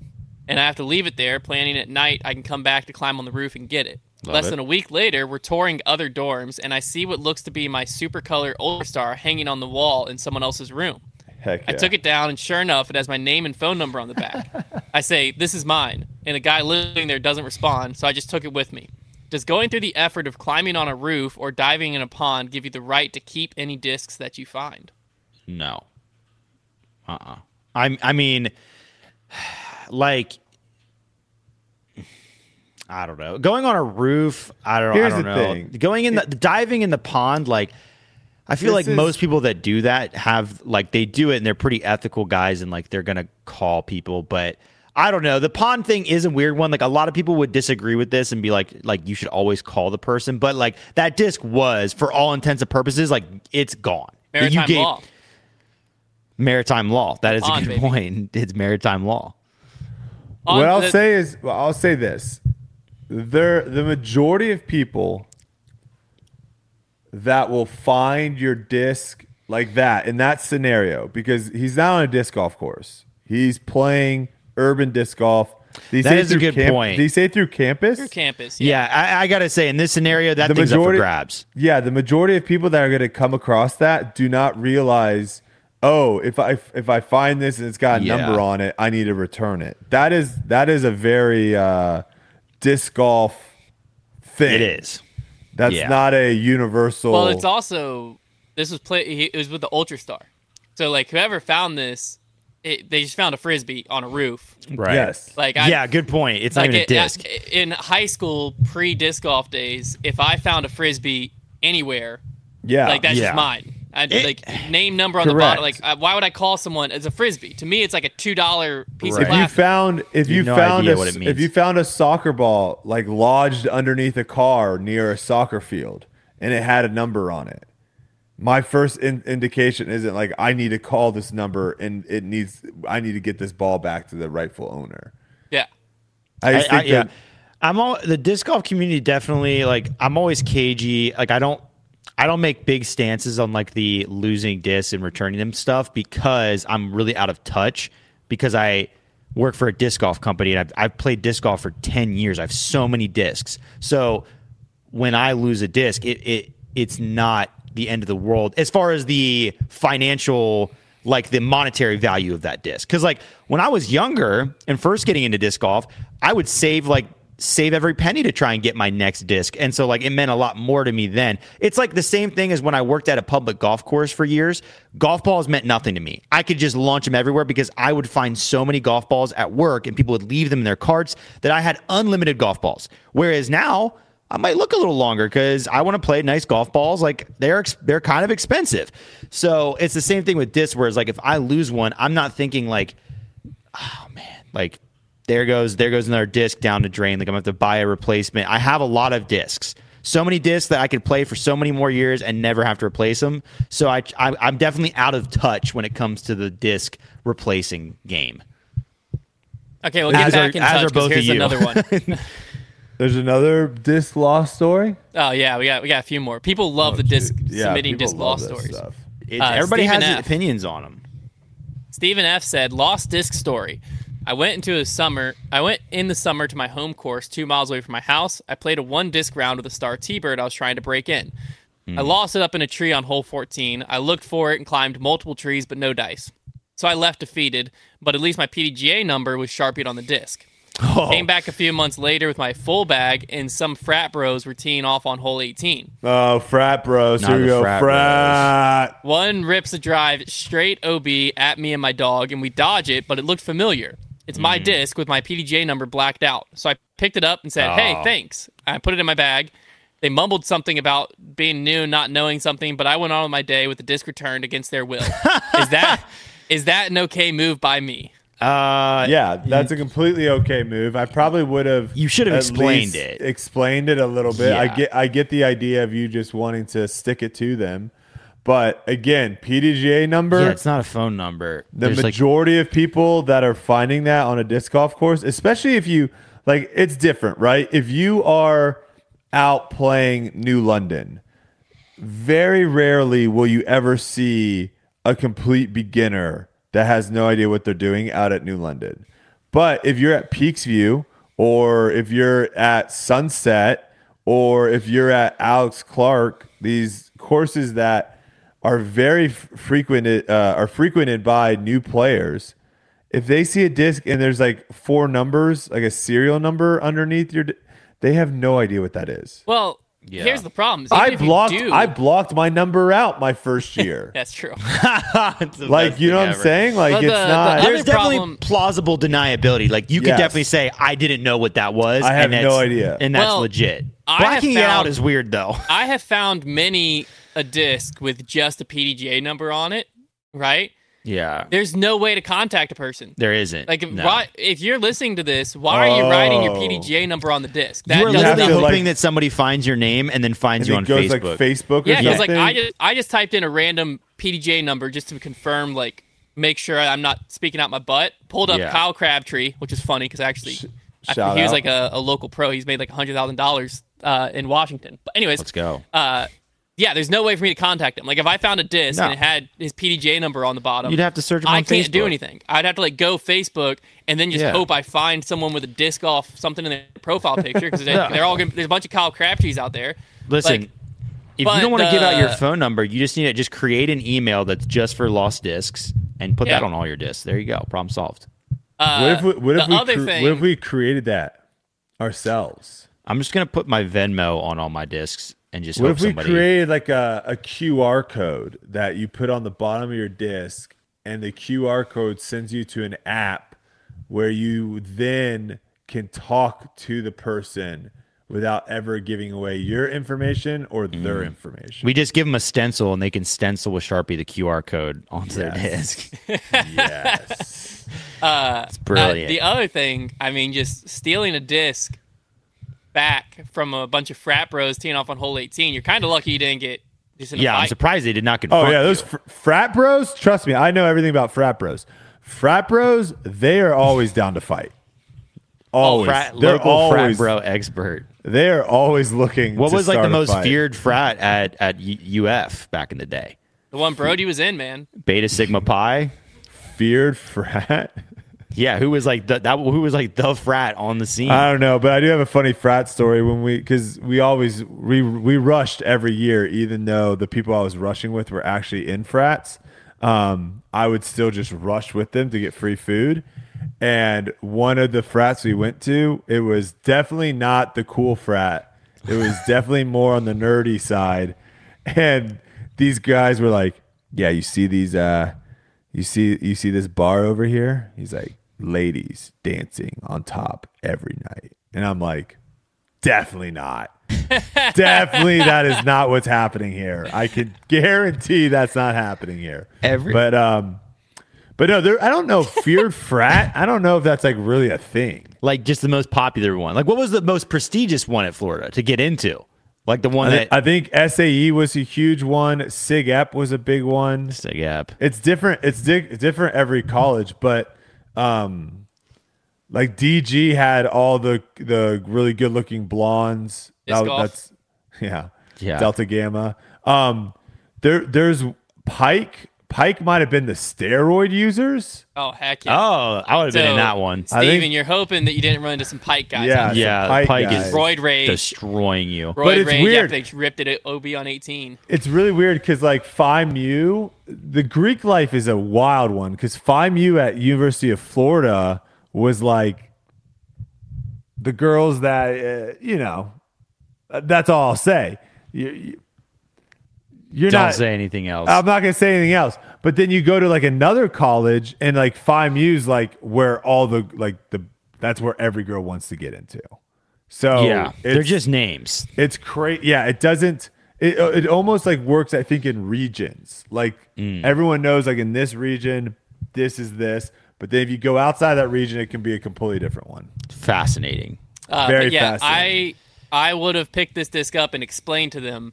Speaker 1: and I have to leave it there, planning at night I can come back to climb on the roof and get it. Less
Speaker 5: it.
Speaker 1: than a week later, we're touring other dorms, and I see what looks to be my super color Ultra Star hanging on the wall in someone else's room.
Speaker 3: Heck yeah.
Speaker 1: I took it down, and sure enough, it has my name and phone number on the
Speaker 2: *laughs*
Speaker 1: back. I say, This is mine. And the guy living there doesn't respond, so I just took it with me. Does going through the effort of climbing on a roof or diving in a pond give you the right to keep any discs that you find?
Speaker 5: No.
Speaker 2: I'm. Uh-uh. I mean, like. I don't know. Going on a roof, I don't,
Speaker 3: Here's
Speaker 2: I don't
Speaker 3: the
Speaker 2: know.
Speaker 3: thing.
Speaker 2: Going in the diving in the pond, like I feel like
Speaker 3: This is-
Speaker 2: most people that do that have like they do it and they're pretty ethical guys and like they're gonna call people, but I don't know. The pond thing is a weird one. Like a lot of people would disagree with this and be like, like you should always call the person, but like that disc was, for all intents and purposes, like it's gone. That
Speaker 1: Maritime
Speaker 2: you gave-
Speaker 1: law.
Speaker 2: Maritime law. That is
Speaker 1: Pond,
Speaker 2: a good
Speaker 1: baby.
Speaker 2: point. *laughs* It's maritime law.
Speaker 1: On
Speaker 3: what I'll
Speaker 1: the-
Speaker 3: say is, well, I'll say this: there, the majority of people that will find your disc like that in that scenario, because he's not on a disc golf course, he's playing urban disc golf. They
Speaker 2: That
Speaker 3: say
Speaker 2: is a
Speaker 3: through
Speaker 2: good point.
Speaker 3: They say through campus.
Speaker 1: through *laughs* campus.
Speaker 2: Yeah, I, I gotta say, in this scenario, that
Speaker 3: The
Speaker 2: thing's
Speaker 3: majority-
Speaker 2: up for grabs.
Speaker 3: Yeah, the majority of people that are going to come across that do not realize, oh, if I if I find this and it's got a
Speaker 2: Yeah.
Speaker 3: number on it, I need to return it. That is that is a very uh, disc golf thing.
Speaker 2: It is.
Speaker 3: That's
Speaker 2: yeah.
Speaker 3: not a universal.
Speaker 1: Well, it's also this was play. It was with the Ultra Star, so like whoever found this, it, they just found a frisbee on a roof.
Speaker 2: Right.
Speaker 3: yes.
Speaker 1: Like I,
Speaker 2: yeah, good point. It's not
Speaker 1: like
Speaker 2: even a
Speaker 1: it-
Speaker 2: disc.
Speaker 1: I- in high school pre disc golf days, if I found a frisbee anywhere,
Speaker 3: yeah,
Speaker 1: like that's
Speaker 2: Yeah.
Speaker 1: just mine. I, like name number on the
Speaker 2: correct.
Speaker 1: bottom. Like, I, why would I call someone? It's a frisbee. To me, it's like a two dollar piece
Speaker 2: Right.
Speaker 1: of
Speaker 3: If you
Speaker 1: plastic.
Speaker 3: found if
Speaker 2: You
Speaker 3: you,
Speaker 2: have no
Speaker 3: found
Speaker 2: idea
Speaker 3: a,
Speaker 2: what it
Speaker 3: s-
Speaker 2: means.
Speaker 3: if you found a soccer ball like lodged underneath a car near a soccer field and it had a number on it, my first in- indication isn't like I need to call this number and it needs I need to get this ball back to the rightful owner.
Speaker 1: yeah,
Speaker 3: I just
Speaker 2: I- I-
Speaker 3: think
Speaker 2: yeah.
Speaker 3: that
Speaker 2: I'm all the disc golf community definitely like I'm always cagey. Like I don't I don't make big stances on like the losing discs and returning them stuff because I'm really out of touch because I work for a disc golf company and I've, I've played disc golf for 10 years. I have so many discs. So when I lose a disc, it, it it's not the end of the world as far as the financial like the monetary value of that disc. Cause like when I was younger and first getting into disc golf, I would save like save every penny to try and get my next disc. And so like it meant a lot more to me then. It's like the same thing as when I worked at a public golf course for years. Golf balls meant nothing to me. I could just launch them everywhere because I would find so many golf balls at work and people would leave them in their carts that I had unlimited golf balls. Whereas now I might look a little longer because I want to play nice golf balls. Like they're ex- they're kind of expensive, so it's the same thing with discs. Whereas like if I lose one, I'm not thinking like, oh man, like there goes there goes another disc down the drain. Like I'm gonna have to buy a replacement. I have a lot of discs, so many discs that I could play for so many more years and never have to replace them. So I, I I'm definitely out of touch when it comes to the disc replacing game.
Speaker 1: okay, well, get
Speaker 2: As
Speaker 1: back
Speaker 2: are-
Speaker 1: in
Speaker 2: as are
Speaker 1: touch. 'cause
Speaker 2: both of
Speaker 1: here's
Speaker 2: you.
Speaker 1: another
Speaker 2: *laughs*
Speaker 1: one.
Speaker 3: there's another disc law story.
Speaker 1: oh yeah, we got we got a few more. People
Speaker 2: Oh,
Speaker 1: love the disc
Speaker 3: Yeah,
Speaker 1: submitting
Speaker 3: people
Speaker 1: disc law
Speaker 3: love this
Speaker 1: stories.
Speaker 3: stuff.
Speaker 2: It,
Speaker 1: Uh,
Speaker 2: everybody
Speaker 1: Stephen
Speaker 2: has
Speaker 1: F.
Speaker 2: opinions on them.
Speaker 1: Stephen F said, "Lost disc story. I went into a summer. I went in the summer to my home course, two miles away from my house. I played a one disc round with a star T-bird I was trying to break in. I lost it up in a tree on hole 14. I looked for it and climbed multiple trees, but no dice. So I left defeated. But at least my PDGA number was sharpied on the disc. Came back a few months later with my full bag, and some frat bros were teeing off on hole 18.
Speaker 3: Oh, frat bros.
Speaker 2: Not
Speaker 3: Here we
Speaker 2: the
Speaker 3: go.
Speaker 2: frat
Speaker 3: Frat.
Speaker 1: One rips a drive straight OB at me and my dog, and we dodge it, but it looked familiar. It's my
Speaker 3: Hmm.
Speaker 1: disc with my PDJ number blacked out. So I picked it up and said,
Speaker 3: Oh.
Speaker 1: Hey, thanks. I put it in my bag. They mumbled something about being new, and not knowing something, but I went on with my day with the disc returned against their
Speaker 3: *laughs*
Speaker 1: will. is that is that an okay move by me?
Speaker 2: Uh,
Speaker 3: Yeah,
Speaker 2: *laughs*
Speaker 3: that's a completely okay move. I probably would have.
Speaker 2: You should have
Speaker 3: at
Speaker 2: explained
Speaker 3: least
Speaker 2: it.
Speaker 3: Explained it a little bit. I
Speaker 2: Yeah.
Speaker 3: get. I get the idea of you just wanting to stick it to them, but again, PDGA number.
Speaker 2: Yeah, it's not a phone number.
Speaker 3: the
Speaker 2: There's like
Speaker 3: majority of people that are finding that on a disc golf course, especially if you like, it's different, right? If you are out playing New London, very rarely will you ever see a complete beginner that has no idea what they're doing out at New London. But if you're at Peaks View or if you're at Sunset or if you're at Alex Clark, these courses that are very f- frequented uh, are frequented by new players. If they see a disc and there's like four numbers, like a serial number underneath your, di- they have no idea what that is.
Speaker 1: Well, here's the problem. is even
Speaker 3: I
Speaker 1: if you
Speaker 3: blocked
Speaker 1: do-
Speaker 3: I blocked my number out my
Speaker 1: *laughs*
Speaker 3: first year.
Speaker 1: that's true.
Speaker 2: *laughs* It's the
Speaker 3: like
Speaker 2: best
Speaker 3: you
Speaker 2: thing
Speaker 3: know what I'm
Speaker 2: ever.
Speaker 3: saying? Like
Speaker 1: But
Speaker 3: it's
Speaker 1: the- the
Speaker 3: not
Speaker 1: other-
Speaker 2: There's definitely
Speaker 1: problem-
Speaker 2: plausible deniability. Like you could
Speaker 3: Yes.
Speaker 2: definitely say, "I didn't know what that was."
Speaker 3: I have
Speaker 2: and that's-
Speaker 3: no idea.
Speaker 2: and that's
Speaker 1: Well,
Speaker 2: legit.
Speaker 1: I have
Speaker 2: Blacking it out
Speaker 1: found-
Speaker 2: is
Speaker 1: *laughs*
Speaker 2: weird, though.
Speaker 1: I have found many a disc with just a PDGA number on it, right?
Speaker 2: Yeah,
Speaker 1: There's no way to contact a person.
Speaker 2: there isn't.
Speaker 1: Like, if
Speaker 2: No.
Speaker 1: why, if you're listening to this, why are you writing your
Speaker 3: Oh.
Speaker 1: PDGA number on the disc?
Speaker 2: you are
Speaker 1: doesn't
Speaker 3: have
Speaker 2: literally
Speaker 1: make-
Speaker 3: to,
Speaker 2: hoping
Speaker 3: like-
Speaker 2: that somebody finds your name and then
Speaker 3: and
Speaker 2: finds you
Speaker 3: it
Speaker 2: on
Speaker 3: goes
Speaker 2: Facebook.
Speaker 3: like Facebook or
Speaker 1: yeah, because like
Speaker 3: something.
Speaker 1: I just I just typed in a random PDGA number just to confirm, like, make sure I'm not speaking out my butt. Pulled up
Speaker 2: Yeah.
Speaker 1: Kyle Crabtree, which is funny because actually, I-
Speaker 3: shout
Speaker 1: he was
Speaker 3: out.
Speaker 1: like a, a local pro. He's made like hundred thousand dollars uh, in Washington. But anyways,
Speaker 2: Let's go.
Speaker 1: Uh, yeah, there's no way for me to contact him. Like, if I found a disc
Speaker 2: No.
Speaker 1: and it had his PDGA number on the bottom,
Speaker 2: You'd have to search. 'em
Speaker 1: I
Speaker 2: on
Speaker 1: can't do
Speaker 2: Facebook.
Speaker 1: anything. I'd have to like go Facebook and then just
Speaker 2: Yeah.
Speaker 1: hope I find someone with a disc off something in their profile picture
Speaker 2: *laughs*
Speaker 1: because they,
Speaker 2: Yeah.
Speaker 1: are all gonna, there's a bunch of Kyle Crabtrees out there.
Speaker 2: Listen,
Speaker 1: Like, uh,
Speaker 2: if you
Speaker 1: but uh,
Speaker 2: don't want to give out your
Speaker 1: the-
Speaker 2: phone number, you just need to just create an email that's just for lost discs and put
Speaker 1: Yeah.
Speaker 2: that on all your discs. There you go. Problem solved.
Speaker 1: uh,
Speaker 3: what if we, what
Speaker 1: the
Speaker 3: if we
Speaker 1: other
Speaker 3: cre-
Speaker 1: thing,
Speaker 3: what if we created that ourselves?
Speaker 2: I'm just gonna put my Venmo on all my discs and just
Speaker 3: What
Speaker 2: hope
Speaker 3: if we
Speaker 2: somebody.
Speaker 3: created like a, a QR code that you put on the bottom of your disc, and the QR code sends you to an app where you then can talk to the person without ever giving away your information or
Speaker 2: Mm.
Speaker 3: their information.
Speaker 2: We just give them a stencil and they can stencil with Sharpie the QR code onto their disc. *laughs*
Speaker 3: yes.
Speaker 2: It's
Speaker 1: Uh,
Speaker 2: brilliant.
Speaker 1: the other thing, I mean, just stealing a disc back from a bunch of frat bros teeing off on hole 18, you're kind of lucky you didn't get just in a
Speaker 2: yeah, I'm
Speaker 1: fight.
Speaker 2: surprised they did not confront.
Speaker 3: Oh yeah,
Speaker 2: you.
Speaker 3: those fr- frat bros. Trust me, I know everything about frat bros. Frat bros, they are always down
Speaker 2: *laughs*
Speaker 3: to fight. Always,
Speaker 2: Oh, frat,
Speaker 3: they're
Speaker 2: local frat
Speaker 3: always
Speaker 2: bro expert.
Speaker 3: they are always looking.
Speaker 2: What
Speaker 3: to
Speaker 2: was like the
Speaker 3: start a
Speaker 2: most
Speaker 3: fight.
Speaker 2: feared frat at at U- UF back in the day?
Speaker 1: The one Brody was in, man.
Speaker 2: Beta Sigma Pi.
Speaker 3: feared frat?
Speaker 2: Yeah, who was like the, that? Who was like the frat on the scene?
Speaker 3: I don't know, but I do have a funny frat story when we because we always we we rushed every year, even though the people I was rushing with were actually in frats. Um, I would still just rush with them to get free food. And one of the frats we went to, it was definitely not the cool frat. It was definitely more on the nerdy side. And these guys were like, "Yeah, you see these uh you see you see this bar over here he's like ladies dancing on top every night and i'm like definitely not definitely that is not what's happening here i can guarantee that's not happening here
Speaker 2: Every-
Speaker 3: but um but no there i don't know feared frat i don't know if that's like really a thing
Speaker 2: like just the most popular one. Like what was the most prestigious one at Florida to get into? Like the one
Speaker 3: I, thi-
Speaker 2: that
Speaker 3: I think sae was a huge one sig ep was a big one
Speaker 2: Sig Ep.
Speaker 3: it's different it's di- different every college but um like dg had all the the really good looking blondes
Speaker 1: Disc golf.
Speaker 3: that's yeah
Speaker 2: Yeah.
Speaker 3: delta gamma um there there's pike pike might have been the steroid users
Speaker 1: Oh, heck yeah.
Speaker 2: Oh, I would have been in that one.
Speaker 3: I
Speaker 1: Steven,
Speaker 3: think-
Speaker 1: you're hoping that you didn't run into some Pike guys.
Speaker 3: Yeah.
Speaker 1: out there.
Speaker 2: yeah,
Speaker 3: Pike
Speaker 2: Pike,
Speaker 3: guys.
Speaker 2: is
Speaker 1: Roid rage.
Speaker 2: destroying you.
Speaker 1: Roid
Speaker 3: But it's
Speaker 1: rage
Speaker 3: weird.
Speaker 1: after they ripped it at OB on 18.
Speaker 3: it's really weird because like phi mu the greek life is a wild one because phi mu at university of florida was like the girls that uh, you know uh, that's all i'll say you, you, you're
Speaker 2: Don't
Speaker 3: not
Speaker 2: say anything else.
Speaker 3: i'm not gonna say anything else but then you go to like another college and like phi mu's like where all the like the that's where every girl wants to get into so
Speaker 2: yeah, they're
Speaker 3: Oh, it's-
Speaker 2: just names.
Speaker 3: it's crazy. Yeah, it doesn't. It, uh, it almost like works. I think in regions, like everyone knows, like in this region, this is this. But then if you go outside that region, it can be a completely different one.
Speaker 2: Fascinating.
Speaker 1: Uh,
Speaker 3: Very
Speaker 1: but yeah, I
Speaker 3: fascinating.
Speaker 1: I would have picked this disc up and explained to them,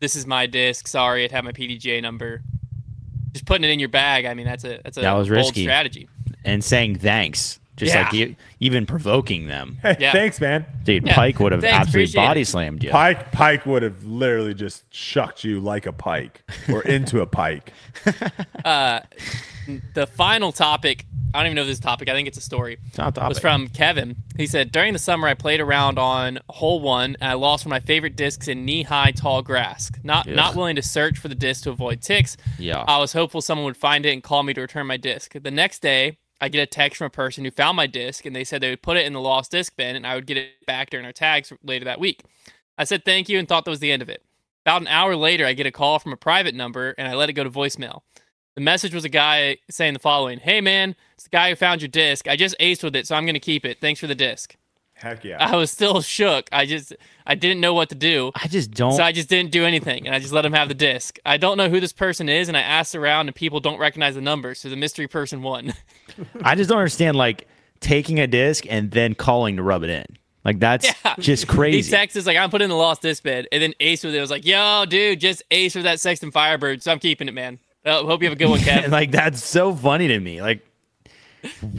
Speaker 1: this is my disc. Sorry, it had my PDJ number. Just putting it in your bag. I mean, that's a that's a
Speaker 2: That was
Speaker 1: bold
Speaker 2: risky.
Speaker 1: strategy.
Speaker 2: And saying thanks, just
Speaker 1: Yeah.
Speaker 2: like you, even provoking them.
Speaker 1: Yeah.
Speaker 3: Thanks, man.
Speaker 2: Dude,
Speaker 1: Yeah.
Speaker 2: Pike would have
Speaker 1: Thanks,
Speaker 2: absolutely
Speaker 1: appreciate it.
Speaker 2: body slammed you.
Speaker 3: Pike Pike would have literally just chucked you like a pike or into a pike.
Speaker 1: the final topic i don't even know this topic i think it's a story
Speaker 2: Top topic.
Speaker 1: was from kevin he said during the summer i played around on hole one and i lost one of my favorite discs in knee-high tall grass not
Speaker 5: Ugh.
Speaker 1: not willing to search for the disc to avoid ticks
Speaker 5: Yeah.
Speaker 1: i was hopeful someone would find it and call me to return my disc the next day i get a text from a person who found my disc and they said they would put it in the lost disc bin and i would get it back during our tags later that week i said thank you and thought that was the end of it about an hour later i get a call from a private number and i let it go to voicemail the message was a guy saying the following Hey, man, it's the guy who found your disc. I just aced with it, so I'm going to keep it. Thanks for the disc. *laughs*
Speaker 3: Heck yeah.
Speaker 1: I was still shook. I just, I didn't know what to do.
Speaker 2: I just don't.
Speaker 1: So I just didn't do anything and I just let him have the disc. I don't know who this person is and I asked around and people don't recognize the number. So the mystery person won. *laughs*
Speaker 2: I just don't understand like taking a disc and then calling to rub it in. Like that's
Speaker 1: Yeah.
Speaker 2: just
Speaker 1: he
Speaker 2: crazy.
Speaker 1: texts us like, I'm putting in the lost disc bed. And then Ace with it was like, yo, dude, just Ace with that Sexton Firebird. So I'm keeping it, man. Uh, hope you have a good one, Kev.
Speaker 2: and *laughs* *laughs* like that's so funny to me. Like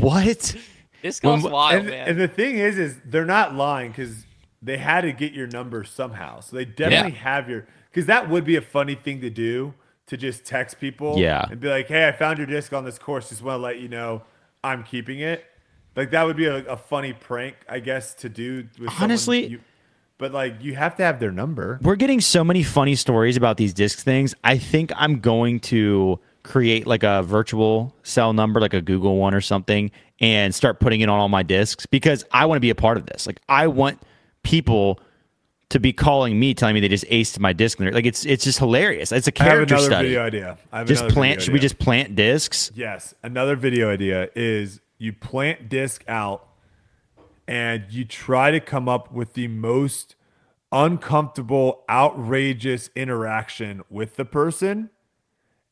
Speaker 2: what?
Speaker 1: this goes
Speaker 2: when-
Speaker 1: wild,
Speaker 3: and,
Speaker 1: man.
Speaker 3: and the thing is, is they're not lying because they had to get your number somehow. So they definitely have your because that would be a funny thing to do to just text people,
Speaker 2: Yeah.
Speaker 3: and be like, "Hey, I found your disc on this course. Just want to let you know I'm keeping it." Like that would be a, a funny prank, I guess, to do. With someone
Speaker 2: Honestly-
Speaker 3: you- but like you have to have their number.
Speaker 2: We're getting so many funny stories about these disc things. I think I'm going to create like a virtual cell number, like a Google one or something, and start putting it on all my discs because I want to be a part of this. Like I want people to be calling me, telling me they just aced my disc. Like it's it's just hilarious. It's a
Speaker 3: I have
Speaker 2: character
Speaker 3: another
Speaker 2: study.
Speaker 3: video idea. I have
Speaker 2: just
Speaker 3: another
Speaker 2: plant.
Speaker 3: video
Speaker 2: Should we
Speaker 3: idea.
Speaker 2: just plant discs?
Speaker 3: Yes. Another video idea is you plant disc out and you try to come up with the most uncomfortable, outrageous interaction with the person.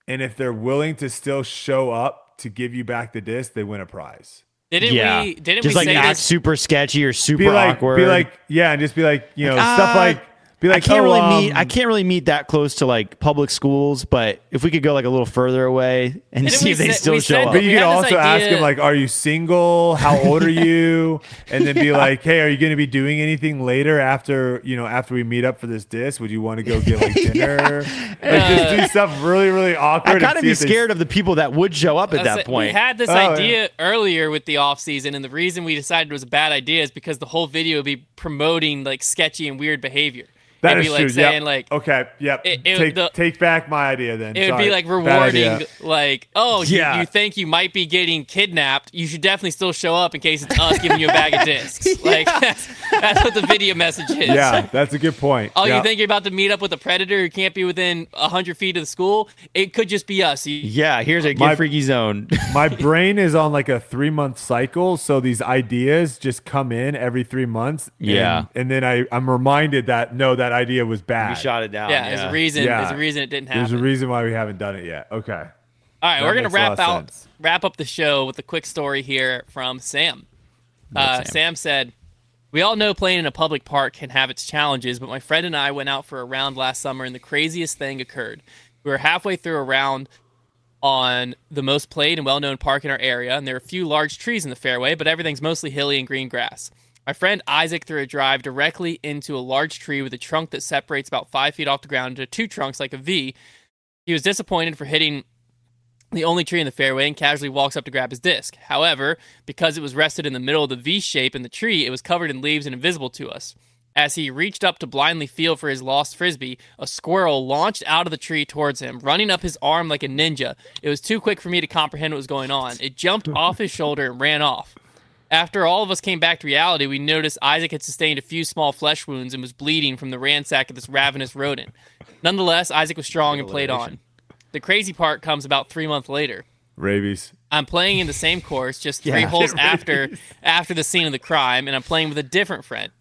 Speaker 3: And if they're willing to still show up to give you back the disc, they win a prize.
Speaker 1: Didn't
Speaker 2: yeah,
Speaker 1: we? Didn't
Speaker 2: just
Speaker 1: we
Speaker 2: like
Speaker 1: say
Speaker 2: act
Speaker 1: this?
Speaker 2: super sketchy or super
Speaker 3: Be like,
Speaker 2: awkward.
Speaker 3: be like, yeah, and just be like, you know,
Speaker 2: Like,
Speaker 3: stuff
Speaker 2: uh,
Speaker 3: like, be like,
Speaker 2: I can't
Speaker 3: oh,
Speaker 2: really
Speaker 3: um,
Speaker 2: meet. I can't really meet that close to like public schools, but if we could go like a little further away and
Speaker 1: Didn't
Speaker 2: see
Speaker 1: we
Speaker 2: if they
Speaker 1: say-
Speaker 2: still
Speaker 1: we
Speaker 2: show
Speaker 1: said
Speaker 2: up.
Speaker 3: But you
Speaker 1: We
Speaker 3: could
Speaker 1: had
Speaker 3: also
Speaker 1: this
Speaker 3: ask
Speaker 1: idea-
Speaker 3: him like, "Are you single? How old are you?"
Speaker 1: *laughs*
Speaker 3: And then be like, "Hey, are you going to be doing anything later after you know after we meet up for this disc? Would you want to go
Speaker 1: *laughs*
Speaker 3: get like dinner? Like just do stuff really really awkward."
Speaker 2: I'd
Speaker 3: and
Speaker 2: kind of
Speaker 3: see
Speaker 2: be
Speaker 3: if they-
Speaker 2: scared of the people that would show up at
Speaker 1: That's
Speaker 2: that
Speaker 1: it.
Speaker 2: point.
Speaker 1: We had this
Speaker 3: Oh, yeah.
Speaker 1: idea earlier with the off season, and the reason we decided it was a bad idea is because the whole video would be promoting like sketchy and weird behavior.
Speaker 3: That
Speaker 1: It'd
Speaker 3: is
Speaker 1: be like
Speaker 3: true.
Speaker 1: saying
Speaker 3: yep.
Speaker 1: like
Speaker 3: okay, yep.
Speaker 1: It- it-
Speaker 3: take
Speaker 1: the-
Speaker 3: take back my idea then.
Speaker 1: it would
Speaker 3: Sorry.
Speaker 1: be like
Speaker 3: Bad idea.
Speaker 1: rewarding like, oh you-
Speaker 2: Yeah.
Speaker 1: you, think you might be getting kidnapped, you should definitely still show up in case it's us giving you a bag
Speaker 3: *laughs*
Speaker 1: of discs. Like that's, that's what the video message is. *laughs*
Speaker 3: Yeah, that's a good point.
Speaker 1: Oh,
Speaker 3: Yeah.
Speaker 1: you think you're about to meet up with a predator who can't be within hundred feet of the school? It could just be us. You-
Speaker 2: yeah, here's a
Speaker 3: My-
Speaker 2: get
Speaker 5: *laughs*
Speaker 2: freaky zone.
Speaker 3: my brain is on like a three month cycle, so these ideas just come in every three months. and-
Speaker 2: Yeah.
Speaker 3: and, then I I'm reminded that no, that idea was bad.
Speaker 2: you shot it down.
Speaker 1: yeah, there's a reason.
Speaker 3: Yeah.
Speaker 1: There's a reason it didn't happen.
Speaker 3: There's a reason why we haven't done it yet. Okay.
Speaker 1: All right,
Speaker 3: That
Speaker 1: we're gonna
Speaker 3: makes a lot
Speaker 1: wrap
Speaker 3: of
Speaker 1: out
Speaker 3: sense.
Speaker 1: wrap up the show with a quick story here from Sam. Uh, Sam. said, "We all know playing in a public park can have its challenges, but my friend and I went out for a round last summer, and the craziest thing occurred. We were halfway through a round on the most played and well-known park in our area, and there are a few large trees in the fairway, but everything's mostly hilly and green grass." My friend Isaac threw a drive directly into a large tree with a trunk that separates about five feet off the ground into two trunks like a V. He was disappointed for hitting the only tree in the fairway and casually walks up to grab his disc. However, because it was rested in the middle of the V shape in the tree, it was covered in leaves and invisible to us. As he reached up to blindly feel for his lost frisbee, a squirrel launched out of the tree towards him, running up his arm like a ninja. It was too quick for me to comprehend what was going on. It jumped off his shoulder and ran off. After all of us came back to reality, we noticed Isaac had sustained a few small flesh wounds and was bleeding from the ransack of this ravenous rodent. Nonetheless, Isaac was strong and played on. The crazy part comes about three months later.
Speaker 3: Rabies.
Speaker 1: I'm playing in the same course, just three holes after after the scene of the crime, and I'm playing with a different friend.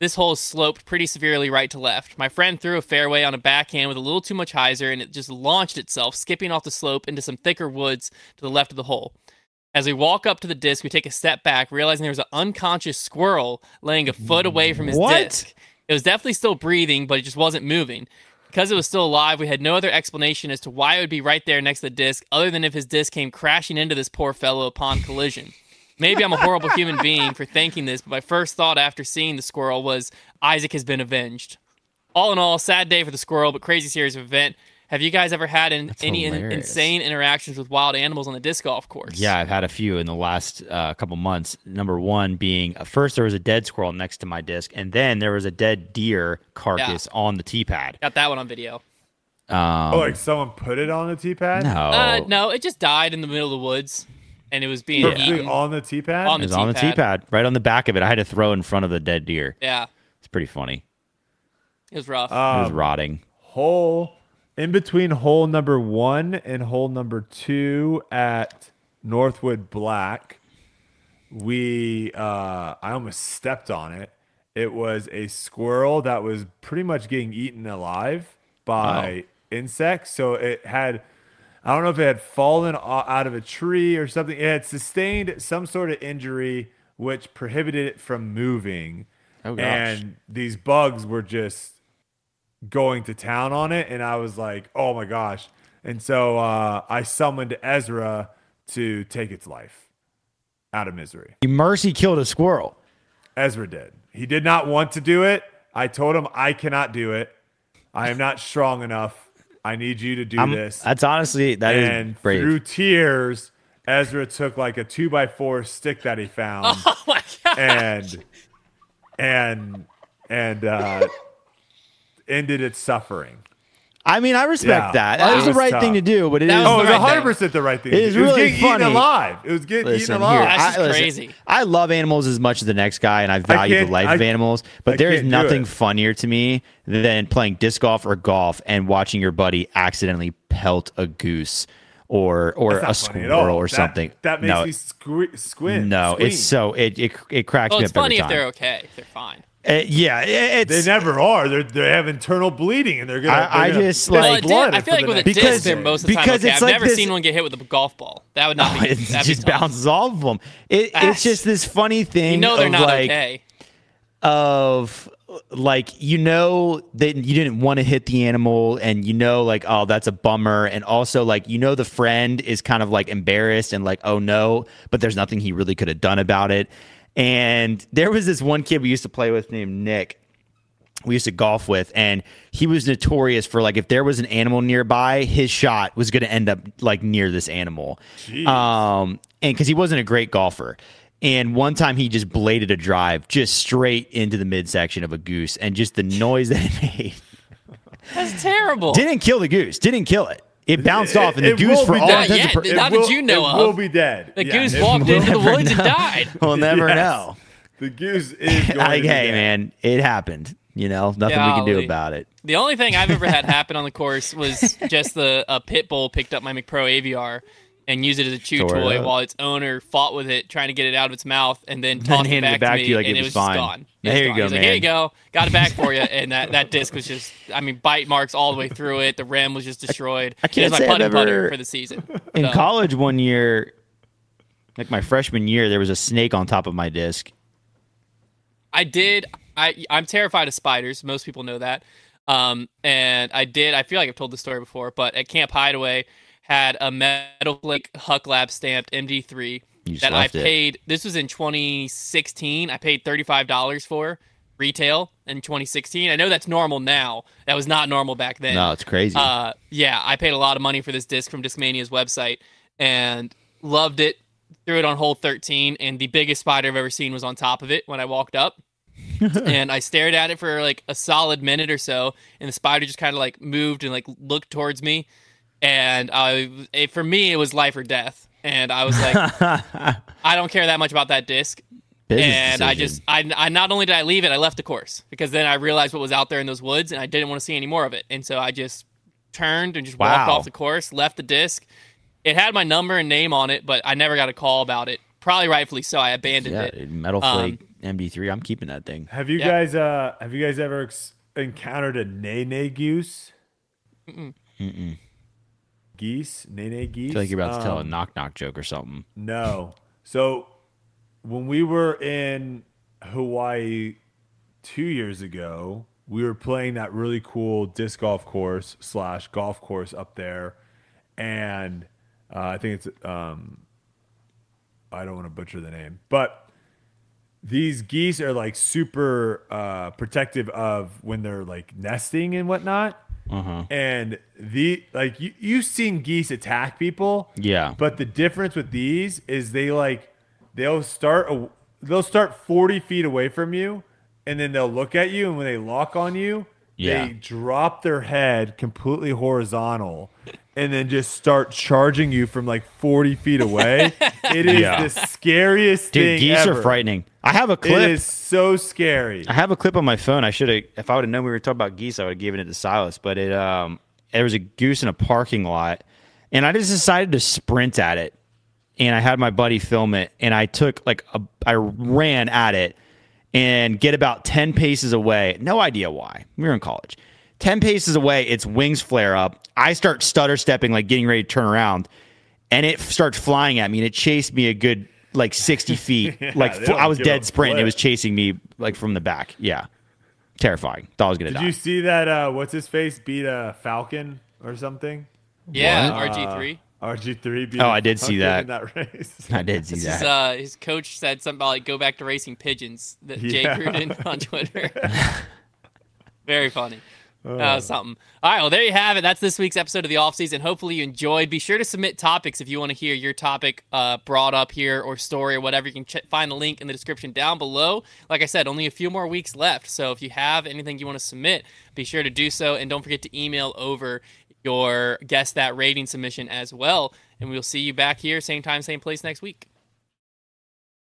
Speaker 1: This hole is sloped pretty severely right to left. My friend threw a fairway on a backhand with a little too much hyzer, and it just launched itself, skipping off the slope into some thicker woods to the left of the hole. As we walk up to the disc, we take a step back, realizing there was an unconscious squirrel laying a foot away from his
Speaker 2: What?
Speaker 1: disc. It was definitely still breathing, but it just wasn't moving. Because it was still alive, we had no other explanation as to why it would be right there next to the disc, other than if his disc came crashing into this poor fellow upon collision. Maybe I'm a
Speaker 5: *laughs*
Speaker 1: horrible human being for thinking this, but my first thought after seeing the squirrel was Isaac has been avenged. All in all, sad day for the squirrel, but crazy series of event. Have you guys ever had an, any in-
Speaker 5: hilarious.
Speaker 1: insane interactions with wild animals on the disc golf course?
Speaker 5: Yeah, I've had a few in the last uh, couple months. Number one being uh, first there was a dead squirrel next to my disc, and then there was a dead deer carcass on the tee pad.
Speaker 1: Got that one on video.
Speaker 5: Um,
Speaker 3: Oh, like someone put it on the tee pad?
Speaker 5: no,
Speaker 2: Oh.
Speaker 1: Uh, no, it just died in the middle of the woods, and it was being
Speaker 3: Perfectly
Speaker 1: eaten.
Speaker 3: on the tee pad?
Speaker 1: On
Speaker 5: it
Speaker 1: the
Speaker 5: was on the tee
Speaker 1: tee pad.
Speaker 5: pad, right on the back of it. I had to throw in front of the dead deer.
Speaker 1: yeah,
Speaker 5: It's pretty funny.
Speaker 1: it was rough.
Speaker 2: Uh,
Speaker 5: it
Speaker 2: Um,
Speaker 5: was rotting.
Speaker 3: hole in between hole number one and hole number two at Northwood Black. We uh I almost stepped on it. It was a squirrel that was pretty much getting eaten alive by insects. So it had I don't know if it had fallen o- out of a tree or something. It had sustained some sort of injury which prohibited it from moving.
Speaker 5: Oh, gosh.
Speaker 3: And these bugs were just going to town on it and i was like oh my gosh and so uh, i summoned ezra to take its life out of misery
Speaker 2: Mercy killed a squirrel.
Speaker 3: ezra did he did not want to do it i told him i cannot do it i am not strong enough i need you to do
Speaker 2: I'm-
Speaker 3: this
Speaker 2: That's honestly that is
Speaker 3: and
Speaker 2: brave.
Speaker 3: through tears ezra took like a two by four stick that
Speaker 1: *laughs*
Speaker 3: he found
Speaker 1: *laughs* oh my god!
Speaker 3: and and and uh, ended its suffering
Speaker 2: I mean, I respect
Speaker 3: Yeah.
Speaker 2: that. That
Speaker 3: Wow.
Speaker 2: was the
Speaker 3: It was
Speaker 2: right
Speaker 3: tough.
Speaker 2: thing to do, but it is.
Speaker 1: That
Speaker 3: Oh,
Speaker 1: was
Speaker 3: it
Speaker 1: the
Speaker 3: was
Speaker 1: right
Speaker 3: hundred
Speaker 1: thing.
Speaker 3: percent the right thing.
Speaker 2: It
Speaker 3: It,
Speaker 2: is
Speaker 3: was
Speaker 2: really
Speaker 3: getting
Speaker 2: funny.
Speaker 3: eaten alive. It was getting
Speaker 2: Listen,
Speaker 3: eaten
Speaker 2: here,
Speaker 3: alive.
Speaker 1: That's
Speaker 2: I,
Speaker 1: just
Speaker 2: listen,
Speaker 1: crazy.
Speaker 2: I love animals as much as the next guy, and I value the
Speaker 3: can't-
Speaker 2: life
Speaker 3: I-
Speaker 2: of animals. But
Speaker 3: I
Speaker 2: there is
Speaker 3: can't do
Speaker 2: nothing
Speaker 3: it.
Speaker 2: funnier to me than playing disc golf or golf and watching your buddy accidentally pelt a goose or or
Speaker 3: That's not
Speaker 2: a
Speaker 3: funny at all.
Speaker 2: squirrel or
Speaker 3: That-
Speaker 2: something.
Speaker 3: That makes
Speaker 2: no,
Speaker 3: me squint. squint
Speaker 2: no,
Speaker 3: squeam.
Speaker 2: it's so it it, it cracks
Speaker 1: Well,
Speaker 2: me
Speaker 1: it's
Speaker 2: up every
Speaker 1: funny if
Speaker 2: time.
Speaker 1: they're okay. They're fine.
Speaker 2: Uh, yeah, it,
Speaker 3: They
Speaker 2: it's
Speaker 3: never are. They they have internal bleeding, and they're gonna.
Speaker 2: I-
Speaker 3: they're
Speaker 2: I
Speaker 3: gonna
Speaker 2: just,
Speaker 3: play
Speaker 2: like-
Speaker 1: well, it did-
Speaker 3: blood
Speaker 1: I feel
Speaker 3: for
Speaker 1: like
Speaker 3: the
Speaker 1: with a
Speaker 3: next
Speaker 1: disc,
Speaker 2: Because-
Speaker 1: they're
Speaker 3: day.
Speaker 1: most of the time
Speaker 2: because
Speaker 1: okay.
Speaker 2: it's
Speaker 1: I've
Speaker 2: like
Speaker 1: never
Speaker 2: this-
Speaker 1: seen one get hit with a golf ball. That would
Speaker 2: *laughs*
Speaker 1: not be.
Speaker 2: it
Speaker 1: that'd be
Speaker 2: just
Speaker 1: tough.
Speaker 2: bounces off of them. It,
Speaker 1: Ah.
Speaker 2: it's just this funny thing
Speaker 1: You know they're
Speaker 2: of
Speaker 1: not
Speaker 2: like
Speaker 1: okay.
Speaker 2: of like you know that you didn't want to hit the animal and you know like oh that's a bummer and also like you know the friend is kind of like embarrassed and like oh no but there's nothing he really could have done about it and there was this one kid we used to play with named Nick we used to golf with and he was notorious for like if there was an animal nearby his shot was going to end up like near this animal um and because he wasn't a great golfer and one time he just bladed a drive just straight into the midsection of a goose and just the noise that it made *laughs*
Speaker 1: That's terrible.
Speaker 2: didn't kill the goose didn't kill it it bounced off and the
Speaker 3: it
Speaker 2: goose
Speaker 3: will
Speaker 2: for
Speaker 3: be
Speaker 2: all
Speaker 3: dead.
Speaker 2: intents and
Speaker 1: Yeah,
Speaker 2: pur-
Speaker 1: it- How did you know
Speaker 3: It
Speaker 1: of?
Speaker 3: will be dead.
Speaker 1: the
Speaker 3: Yeah,
Speaker 1: goose
Speaker 3: it
Speaker 1: walked
Speaker 3: will-
Speaker 1: into the
Speaker 2: never
Speaker 1: woods and
Speaker 2: know. *laughs*
Speaker 1: died.
Speaker 2: we'll never
Speaker 3: Yes.
Speaker 2: know
Speaker 3: The goose
Speaker 2: *laughs*
Speaker 3: is going
Speaker 2: like
Speaker 3: to be
Speaker 2: hey
Speaker 3: dead.
Speaker 2: man it happened you know nothing we can
Speaker 1: Golly.
Speaker 2: do about it
Speaker 1: The only thing I've ever had happen on the course was just the a pit bull picked up my McPro AVR and used it as a chew
Speaker 2: Tore it
Speaker 1: toy
Speaker 2: up.
Speaker 1: while its owner fought with it, trying to get it out of its mouth, and then tossed it
Speaker 2: handed
Speaker 1: back,
Speaker 2: it back
Speaker 1: to me,
Speaker 2: to you like
Speaker 1: and
Speaker 2: it
Speaker 1: it
Speaker 2: was
Speaker 1: just
Speaker 2: fine.
Speaker 1: gone.
Speaker 2: There
Speaker 1: It's
Speaker 2: you
Speaker 1: gone.
Speaker 2: go,
Speaker 1: He's Like, Here you
Speaker 2: man."
Speaker 1: go, got it back for you, and that, that disc was just, I mean, bite marks all the way through it. The rim was just destroyed.
Speaker 2: I can't
Speaker 1: it was
Speaker 2: say
Speaker 1: my
Speaker 2: I've
Speaker 1: putting putter
Speaker 2: ever-
Speaker 1: for the season.
Speaker 2: in
Speaker 1: So,
Speaker 2: college one year like my freshman year there was a snake on top of my disc
Speaker 1: I did. I I'm terrified of spiders. Most people know that. Um, and I did. I feel like I've told this story before, but at Camp Hideaway, had a metal flake Huck Lab stamped MD3
Speaker 2: You just
Speaker 1: that I
Speaker 2: left it.
Speaker 1: paid. This was in 2016. I paid thirty five dollars for retail in 2016. I know that's normal now. That was not normal back then.
Speaker 2: no it's crazy
Speaker 1: Uh, yeah, I paid a lot of money for this disc from Discmania's website and loved it. Threw it on hole 13, and the biggest spider I've ever seen was on top of it when I walked up. and I stared at it for like a solid minute or so, and the spider just kind of like moved and like looked towards me. And I, it, for me, it was life or death. And I was like, I don't care that much about that disc
Speaker 2: Business
Speaker 1: and I
Speaker 2: decision.
Speaker 1: just I, I not only did I leave it, I left the course because then I realized what was out there in those woods, and I didn't want to see any more of it. And so I just turned and just walked
Speaker 2: Wow.
Speaker 1: off the course, left the disc. It had my number and name on it, but I never got a call about it. Probably rightfully so. I abandoned
Speaker 2: Yeah,
Speaker 1: it.
Speaker 2: dude, metal
Speaker 1: Um,
Speaker 2: flake MD3. I'm keeping that thing.
Speaker 3: Have you
Speaker 1: Yeah.
Speaker 3: guys uh have you guys ever ex- encountered a nay-nay goose? Mm-mm. Geese, nay-nay geese.
Speaker 2: I feel like you're about to tell a
Speaker 3: Um,
Speaker 2: knock knock joke or something.
Speaker 3: No. So when we were in Hawaii 2 years ago, we were playing that really cool disc golf course slash golf course up there and uh, I think it's um I don't want to butcher the name, but these geese are like super uh, protective of when they're like nesting and whatnot. And the like you, you've seen geese attack people.
Speaker 2: Yeah.
Speaker 3: But the difference with these is they like they'll start a, they'll start 40 feet away from you and then they'll look at you and when they lock on you,
Speaker 2: Yeah.
Speaker 3: they drop their head completely horizontal and then just start charging you from like 40
Speaker 2: *laughs*
Speaker 3: feet away. it is
Speaker 2: Yeah.
Speaker 3: the scariest thing
Speaker 2: Dude, geese
Speaker 3: ever.
Speaker 2: are frightening. I have a
Speaker 3: It
Speaker 2: clip.
Speaker 3: is so scary.
Speaker 2: I have a clip on my phone. I should have, if I would have known we were talking about geese, I would have given it to Silas. But it, um, there was a goose in a parking lot, and I just decided to sprint at it. And I had my buddy film it, and I took like a, I ran at it, and get about ten paces away. No idea why. We were in college. Ten paces away, its wings flare up. I start stutter stepping, like getting ready to turn around, and it starts flying at me, and it chased me a good like
Speaker 3: *laughs*
Speaker 2: sixty feet. like
Speaker 3: they
Speaker 2: fl- I
Speaker 3: don't
Speaker 2: was
Speaker 3: give a
Speaker 2: dead sprint. and It
Speaker 3: flip.
Speaker 2: was chasing me like from the back. Yeah, terrifying. Thought I was gonna
Speaker 3: Did
Speaker 2: die.
Speaker 3: you see that? Uh, what's his face beat a falcon or something?
Speaker 1: Yeah, RG three.
Speaker 3: RG three beat.
Speaker 2: Oh,
Speaker 3: I
Speaker 2: I did see
Speaker 3: in that *laughs* race.
Speaker 2: *laughs* I did see
Speaker 1: His,
Speaker 2: that.
Speaker 1: uh, his coach said something about like go back to racing pigeons. That Jay
Speaker 3: Yeah.
Speaker 1: Gruden on Twitter. Very funny. Uh, something. All right. Well, there you have it. That's this week's episode of the off season. Hopefully you enjoyed. Be sure to submit topics if you want to hear your topic uh, brought up here or story or whatever. You can ch- find the link in the description down below. Like I said, only a few more weeks left. So if you have anything you want to submit, be sure to do so. And don't forget to email over your guess that rating submission as well. And we'll see you back here, same time, same place next week.